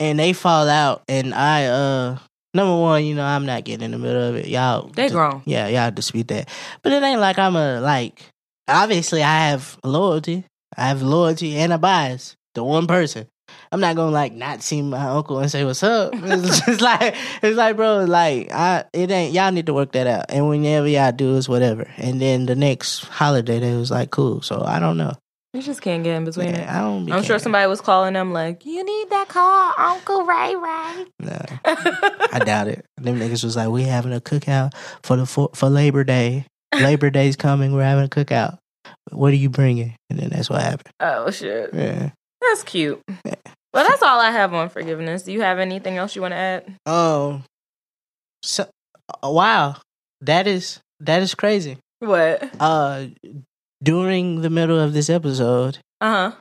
C: And they fall out, and I, uh, number one, you know, I'm not getting in the middle of it. Y'all,
B: They grown.
C: Yeah, y'all dispute that. But it ain't like I'm a like obviously I have loyalty. I have loyalty and a bias to one person. I'm not gonna like not see my uncle and say what's up. It's just like it's like bro, like I it ain't y'all need to work that out. And whenever y'all do it's whatever. And then the next holiday they was like cool. So I don't know.
B: You just can't get in between
C: Yeah, I don't. be
B: it. I'm sure
C: caring.
B: somebody was calling them like, you need that call, Uncle Ray Ray.
C: No, I doubt it. Them niggas was like, we having a cookout for the for, for Labor Day. Labor Day's coming. We're having a cookout. What are you bringing? And then that's what happened.
B: Oh shit.
C: Yeah.
B: That's cute. Well, that's all I have on forgiveness. Do you have anything else you want to add?
C: Um. So, uh, wow, that is that is crazy.
B: What?
C: Uh, during the middle of this episode,
B: Uh huh.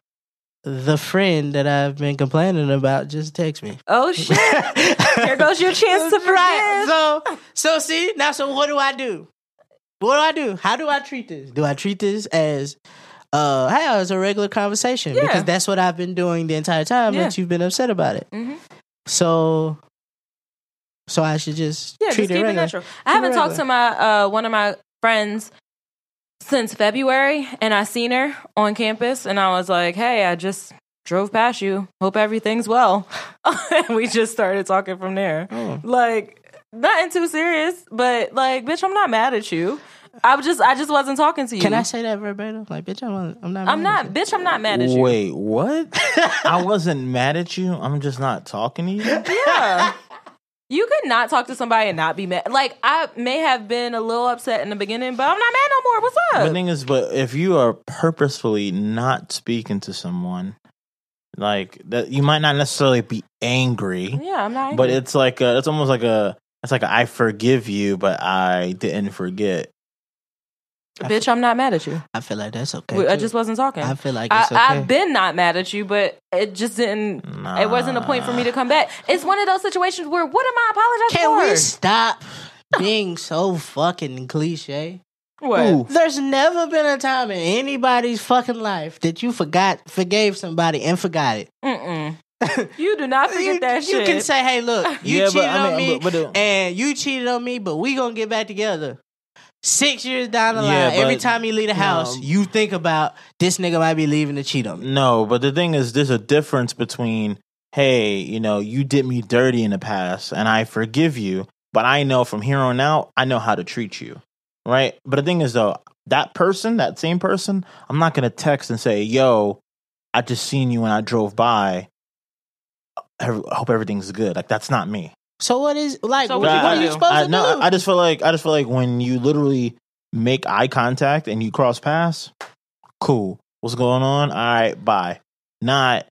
C: the friend that I've been complaining about just texted me.
B: Oh shit. Here goes your chance to forgive.
C: Right. So, so see now. So what do I do? What do I do? How do I treat this? Do I treat this as uh, hey, it's a regular conversation
B: Yeah.
C: because that's what I've been doing the entire time
B: Yeah.
C: that you've been upset about it.
B: Mhm.
C: So, so I should just
B: Yeah,
C: treat
B: just keep
C: it
B: it
C: regular.
B: natural. I haven't
C: regular.
B: talked to my uh, one of my friends since February, and I seen her on campus, and I was like, "Hey, I just drove past you. Hope everything's well." and we just started talking from there.
C: Oh.
B: Like nothing too serious, but like, bitch, I'm not mad at you. I was just, I just wasn't talking to you.
C: Can I say that verbatim? Like, bitch, I'm, not- I'm not.
B: I'm
C: mad
B: not,
C: at
B: bitch. I'm not mad at you.
D: Wait, what? I wasn't mad at you. I'm just not talking to you.
B: Yeah. You could not talk to somebody and not be mad. Like I may have been a little upset in the beginning, but I'm not mad no more. What's up?
D: But thing is, but if you are purposefully not speaking to someone, like that, you might not necessarily be angry,
B: yeah, I'm not.
D: but
B: angry.
D: it's like a, it's almost like a, it's like a, I forgive you, but I didn't forget.
B: bitch, I'm not mad at you.
C: I feel like that's okay.
B: I
C: too.
B: just wasn't talking.
C: I feel like
B: I,
C: it's okay.
B: I've been not mad at you, but it just didn't. It wasn't a point for me to come back. It's one of those situations where what am I apologizing
C: Can
B: for?
C: we stop being so fucking cliche?
B: what?
D: Ooh.
C: There's never been a time in anybody's fucking life that you forgot, forgave somebody and forgot it.
B: Mm-mm. You do not forget
C: you,
B: that
C: you
B: shit.
C: can say, "Hey, look, you
D: Yeah, but
C: cheated
D: I
C: on
D: mean,
C: me,
D: but- but, uh,
C: and you cheated on me, but we gonna get back together." Six years down the line,
D: Yeah,
C: every
D: but-
C: time you leave the house,
D: No. um,
C: you think about this nigga might be leaving to cheat on me.
D: No, but the thing is, there's a difference between, hey, you know, you did me dirty in the past and I forgive you, but I know from here on out, I know how to treat you. Right. But the thing is, though, that person, that same person, I'm not going to text and say, yo, I just seen you when I drove by. I hope everything's good. Like, that's not me.
C: So what is like?
B: So
C: what,
B: what you
C: what
B: gonna
C: are you
B: do?
C: supposed
D: I,
C: to
D: no,
C: do?
D: I just feel like, I just feel like when you literally make eye contact and you cross paths, cool. What's going on? All right, bye. Not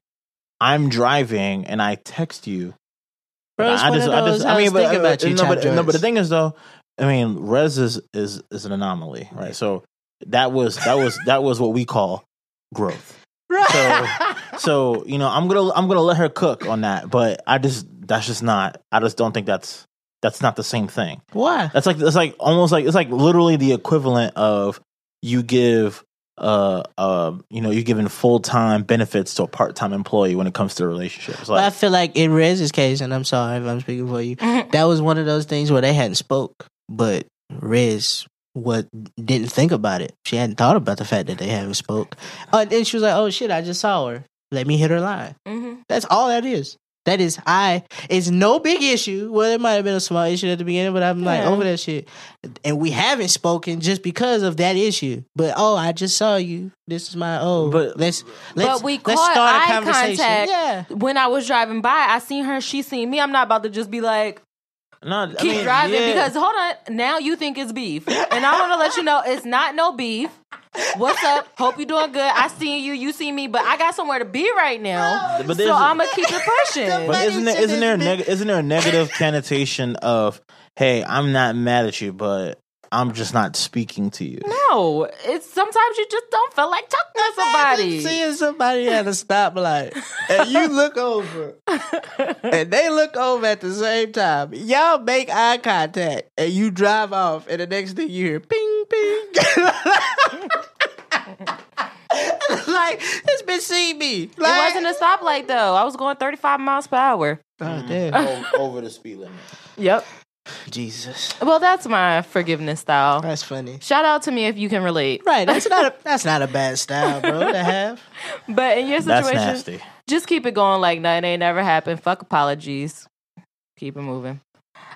D: I'm driving and I text you.
C: Bro, it's
D: I
C: one
D: just,
C: of
D: I
C: those.
D: just,
C: I,
D: I mean,
C: was
D: but, uh,
C: thinking about you,
D: no,
C: Chop
D: but, no, but the
C: Jones.
D: thing is though, I mean, Rez is is is an anomaly, right? So that was that was that was what we call growth. So you know, I'm gonna I'm gonna let her cook on that, but I just that's just not. I just don't think that's that's not the same thing.
C: Why?
D: That's like that's like almost like it's like literally the equivalent of you give uh uh you know you're giving full time benefits to a part time employee when it comes to relationships.
C: But I
D: Like
C: feel like in Rez's case, and I'm sorry if I'm speaking for you, that was one of those things where they hadn't spoke, but Rez what didn't think about it. She hadn't thought about the fact that they haven't spoke. Uh, then she was like, "Oh shit, I just saw her. Let me hit her line."
B: Mhm.
C: That's all that is. That is I. It's no big issue. Well, it might have been a small issue at the beginning, but I'm like
B: Yeah.
C: over that shit. And we haven't spoken just because of that issue. But oh, I just saw you. This is my oh.
D: But-
C: But let's let's
B: But we
C: let's
B: caught
C: start a
B: eye
C: conversation.
B: contact.
C: Yeah.
B: When I was driving by, I seen her. She seen me. I'm not about to just be like,
D: no, I
B: keep
D: mean,
B: driving
D: yeah.
B: because hold on, now you think it's beef, and I want to let you know it's not no beef. What's up? Hope you doing good. I seen you, you see me, but I got somewhere to be right now,
D: But there's
B: so
D: a-
B: I'm gonna keep it pushing.
D: But
C: But it's
D: isn't there
C: just
D: isn't there a
C: this
D: neg- isn't there a negative connotation of hey I'm not mad at you but I'm just not speaking to you.
B: no, it's sometimes you just don't feel like talking to
C: Imagine
B: somebody.
C: Seeing somebody at a stoplight and you look over and they look over at the same time. Y'all make eye contact and you drive off and the next thing you hear ping ping. like this bitch seen me.
B: It
C: Like,
B: wasn't a Mm. stoplight though. I was going 35 miles per hour.
C: Oh, damn.
D: over, the speed limit.
B: Yep.
C: Jesus.
B: Well, that's my forgiveness style.
C: That's funny.
B: Shout out to me if you can relate.
C: Right, that's not a that's not a bad style, bro. To have.
B: But in your
D: That's
B: situation,
D: nasty.
B: just keep it going like nothing ain't never happened. Fuck apologies. Keep it moving.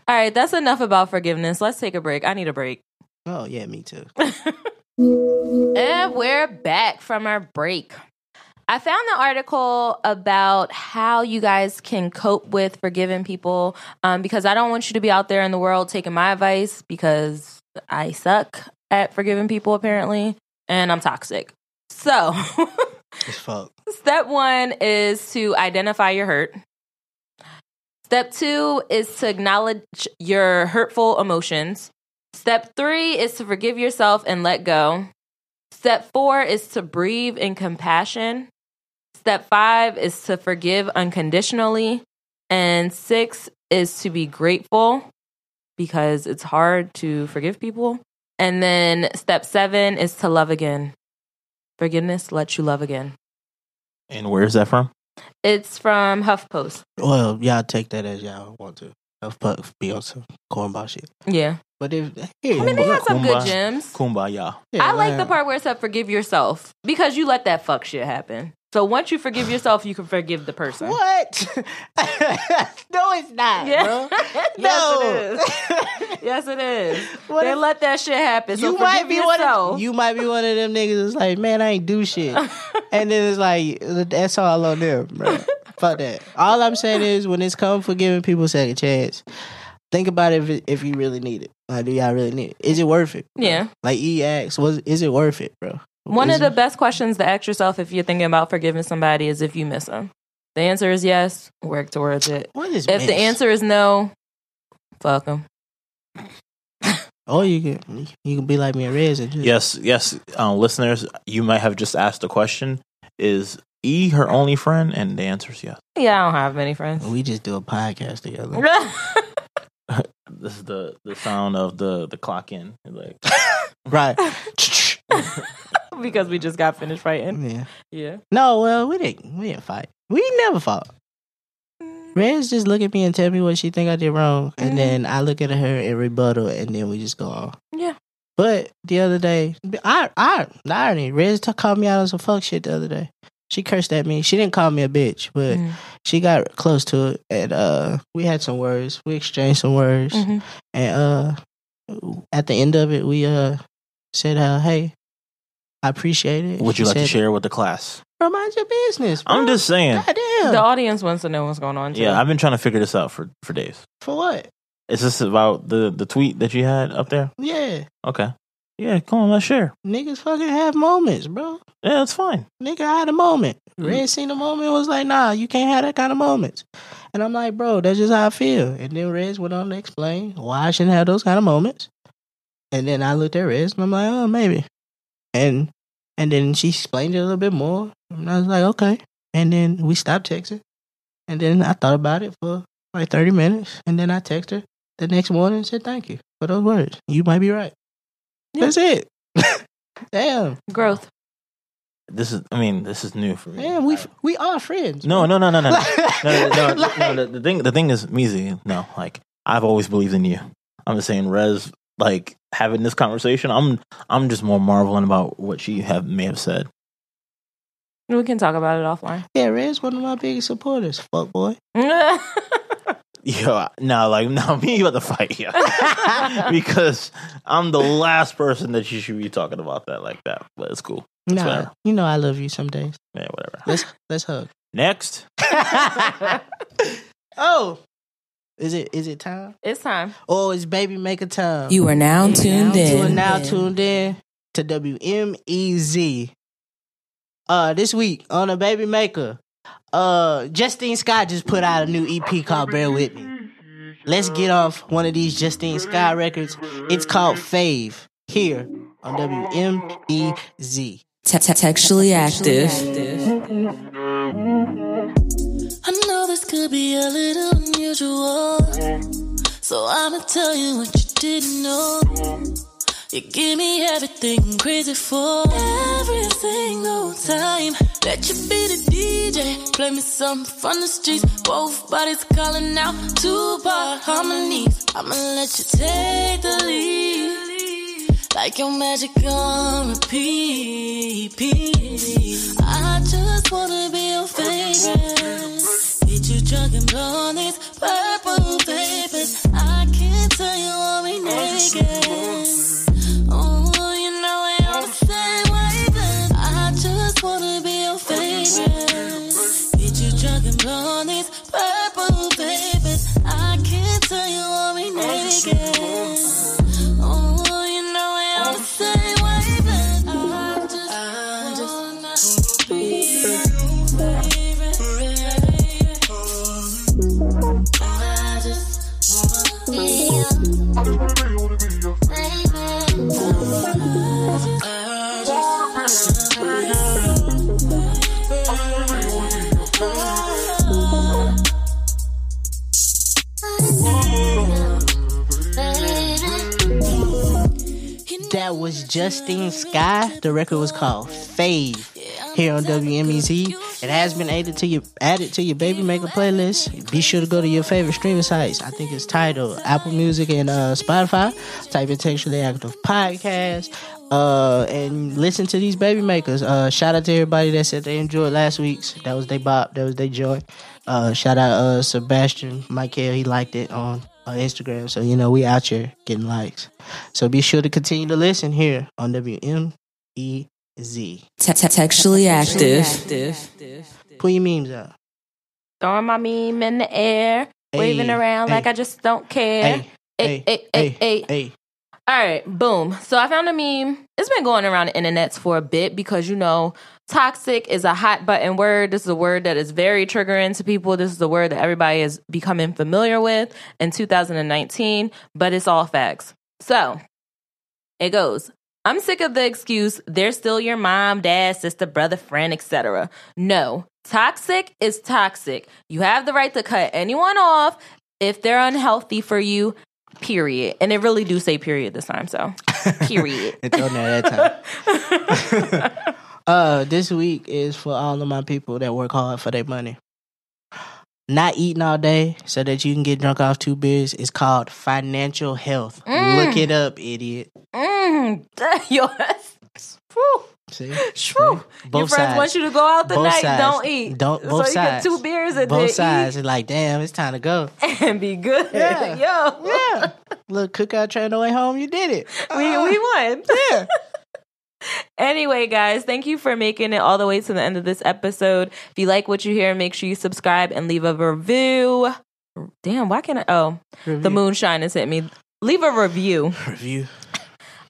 B: All right, that's enough about forgiveness. Let's take a break. I need a break.
C: Oh yeah, me too.
B: And we're back from our break. I found an article about how you guys can cope with forgiving people um, because I don't want you to be out there in the world taking my advice because I suck at forgiving people, apparently, and I'm toxic. So,
C: It's fuck.
B: Step one is to identify your hurt. Step two is to acknowledge your hurtful emotions. Step three is to forgive yourself and let go. Step four is to breathe in compassion. Step five is to forgive unconditionally. And six is to be grateful because it's hard to forgive people. And then step seven is to love again. Forgiveness lets you love again.
D: And where is that from?
B: It's from HuffPost.
C: Well, y'all take that as y'all want to. Of fuck, be on some cornball shit.
B: Yeah.
C: But if
B: I mean, they
D: Kumba-
B: have some good
D: Kumba.
B: gems.
D: Kumbaya.
B: I like the part where it said forgive yourself because you let that fuck shit happen. So once you forgive yourself, you can forgive the person.
C: What? no, it's not,
B: Yeah.
C: bro. No.
B: yes, it is. Yes, it is.
C: What
B: they
C: if-
B: let that shit happen. So
C: you might be one.
B: yourself.
C: Of, you might be one of them niggas. that's like, man, I ain't do shit, and then it's like, that's all on them, bro. Fuck that. All I'm saying is, when it's come for giving people a second chance, think about if it, if you really need it. Like, do y'all really need it? Is it worth it? bro?
B: Yeah.
C: Like E asks, was is it worth it, bro?
B: One
C: Is
B: of
C: it-
B: the best questions to ask yourself if you're thinking about forgiving somebody is if you miss them. The answer is yes, work towards it.
C: what is
B: If the
C: miss?
B: answer is no, fuck them.
C: Or Oh, you can you can be like me and Rez and just
D: Yes, yes, um, listeners, you might have just asked the question: Is E her only friend? And the answer is yes.
B: Yeah, I don't have many friends.
C: we just do a podcast together.
D: This is the the sound of the the clock in. Like
C: right.
B: because we just got finished fighting.
C: yeah.
B: Yeah.
C: No, well, we didn't we didn't fight. We never fought. Rez just look at me and tell me what she think I did wrong, and
B: Mhm.
C: then I look at her and rebuttal, and then we just go on.
B: Yeah.
C: But the other day, I I the irony, Rez t- called me out on some fuck shit the other day. She cursed at me. She didn't call me a bitch, but
B: Mhm.
C: she got close to it, and uh, we had some words. We exchanged some words.
B: Mhm.
C: And uh at the end of it we uh said uh hey I appreciate it.
D: would you
C: She
D: like to
C: said,
D: share with the class?
C: Bro, mind your business.
D: I'm
C: bro.
D: just saying.
C: goddamn
B: The audience wants to know what's going on. Too.
D: Yeah, I've been trying to figure this out for for days.
C: for what?
D: Is this about the the tweet that you had up there?
C: Yeah.
D: Okay. Yeah, come on, let's share.
C: Niggas fucking have moments, bro.
D: Yeah, it's fine.
C: Nigga, I had a moment.
D: Mm-hmm.
C: Red seen a moment was like, nah, you can't have that kind of moments. And I'm like, bro, that's just how I feel. And then Reds went on to explain why I shouldn't have those kind of moments. And then I looked at Reds and I'm like, oh, maybe. And and then she explained it a little bit more. And I was like, okay. And then we stopped texting. And then I thought about it for like 30 minutes. And then I texted her the next morning and said, thank you for those words. You might be right.
B: Yeah.
C: That's it. Damn.
B: Growth.
D: This is, I mean, this is new for me.
C: Man, we
D: I-
C: we are friends.
D: No, no, no, no, no, no, no, no, no,
C: Like-
D: no. The, the thing, the thing is, Meezy. No, like I've always believed in you. I'm just saying, Rez, like having this conversation, I'm, I'm just more marveling about what she have may have said.
B: We can talk about it offline.
C: Yeah, Red's one of my biggest supporters. Fuck boy.
D: Yo, I- no, like no, me about to fight you because I'm the last person that you should be talking about that like that. But it's cool.
C: Nah,
D: fair.
C: you know I love you some days.
D: Yeah, whatever.
C: Let's let's hug.
D: Next,
C: oh, is it is it time?
B: it's time.
C: Oh, it's baby maker time.
A: You are now tuned
C: You are
A: in.
C: now tuned in to WMEZ. Uh, this week on a baby maker, uh, Justine Scott just put out a new EP called "Bear With Me." Let's get off one of these Justine Scott records. It's called "Fave" here on E WMEZ.
A: Te- te- Textually active.
E: I know this could be a little unusual. So I'ma tell you what you didn't know. You give me everything I'm crazy for. Every single time that you be the DJ. Play me something from the streets. Both bodies calling out two part harmonies. I'ma let you take the lead. Like your magic on repeat. I just wanna be your favorite. Get you drunk and blow on these purple vapors. I can't tell you want me naked. Oh, you know I am the same way, but I just wanna be your favorite. Get you drunk and blow on these purple vapors. I can't tell you want me naked. Oh, you know I am the same way, but I just, I just wanna be your favorite. I just wanna be your
C: That was Justine Sky. The record was called "Fave" here on WMEZ. It has been added to your added to your baby maker playlist. Be sure to go to your favorite streaming sites. I think it's titled Apple Music and uh, Spotify. Type in Textually Active Podcast uh, and listen to these baby makers. Uh, shout out to everybody that said they enjoyed last week's. That was they bop. That was they joy. Uh, shout out uh, Sebastian Michael. He liked it on. On Instagram, so you know we out here getting likes. So be sure to continue to listen here on E WMEZ.
A: Te- te- Textually active.
C: Put your memes out.
B: Throwing my meme in the air, waving
C: Hey,
B: around like
C: hey,
B: I just don't care.
C: Hey,
B: Ay, ay, ay,
C: hey,
B: ay.
C: hey, hey.
B: All right, boom. So I found a meme. It's been going around the internets for a bit because you know, toxic is a hot button word. This is a word that is very triggering to people. This is a word that everybody is becoming familiar with in 2019, but it's all facts. So it goes. I'm sick of the excuse, they're still your mom, dad, sister, brother, friend, etc. No, toxic is toxic. You have the right to cut anyone off if they're unhealthy for you, period. And it really do say period this time, so period.
C: It's on there that time. uh, this week is for all of my people that work hard for their money. Not eating all day so that you can get drunk off two beers is called financial health.
B: Mm.
C: Look it up, idiot.
B: Mm, yo, that's- whew,
C: See?
B: shrew. Your
C: Both
B: friends
C: sides.
B: want you to go out the
C: Both
B: night,
C: sides.
B: don't eat.
C: Don't- both
B: so you
C: sides.
B: get two beers and then
C: Both sides is like, damn, it's time to go.
B: eat and be good.
C: Yeah.
B: Yo,
C: Yeah. Look, cookout train the way home, you did it.
B: we,
C: Uh,
B: we won.
C: yeah.
B: Anyway, guys, thank you for making it all the way to the end of this episode. If you like what you hear, make sure you subscribe and leave a review. Damn, why can't I? Oh, the moonshine has hit me. Leave a review.
C: Review.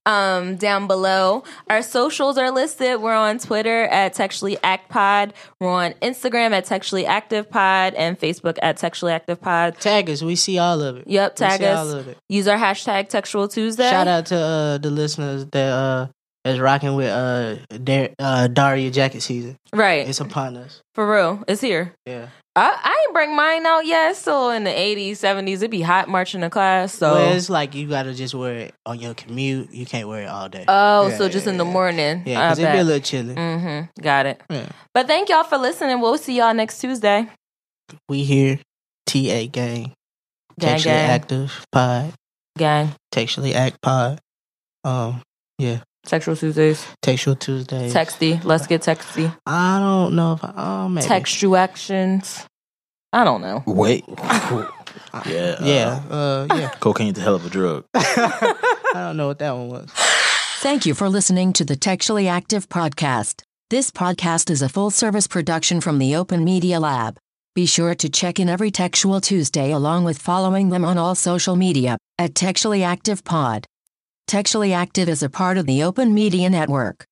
B: um, down below. Our socials are listed. We're on Twitter at Textually Act Pod. We're on Instagram at Textually Active Pod and Facebook at Textually Active Pod.
C: Tag us. We see all of it.
B: Yep,
C: we
B: tag
C: see all
B: us.
C: of it.
B: Use our hashtag Textual Tuesday.
C: Shout out to uh, the listeners that uh, is rocking with uh, Dar- uh, Daria jacket season.
B: Right.
C: It's upon us.
B: For real. It's here.
C: Yeah.
B: I, I ain't bring mine out yet. It's still in the 80s, 70s. It'd be hot marching the class. So.
C: well, it's like you gotta just wear it on your commute. You can't wear it all day.
B: oh,
C: Yeah,
B: so just
C: yeah,
B: in the
C: yeah.
B: morning.
C: yeah, because
B: I
C: it'd be a
B: bet.
C: little chilly.
B: Mm-hmm. Got it.
C: Yeah.
B: But thank y'all for listening. We'll see y'all next Tuesday.
C: We here, TA gang,
B: Gang,
C: textually
B: gang.
C: active pod,
B: gang.
C: textually act pod, um,
B: Sexual Tuesdays.
C: textual Tuesday.
B: Texty. Let's get texty.
C: I don't know if I, uh, maybe.
B: Textual actions. I don't know.
D: Wait.
C: Yeah.
D: Yeah,
C: Yeah. Uh, yeah.
D: Cocaine's a hell of a drug.
C: I don't know what that one was.
A: Thank you for listening to the Textually Active podcast. This podcast is a full service production from the Open Media Lab. Be sure to check in every Textual Tuesday along with following them on all social media at Textually Active Pod. Textually Active is a part of the Open Media Network.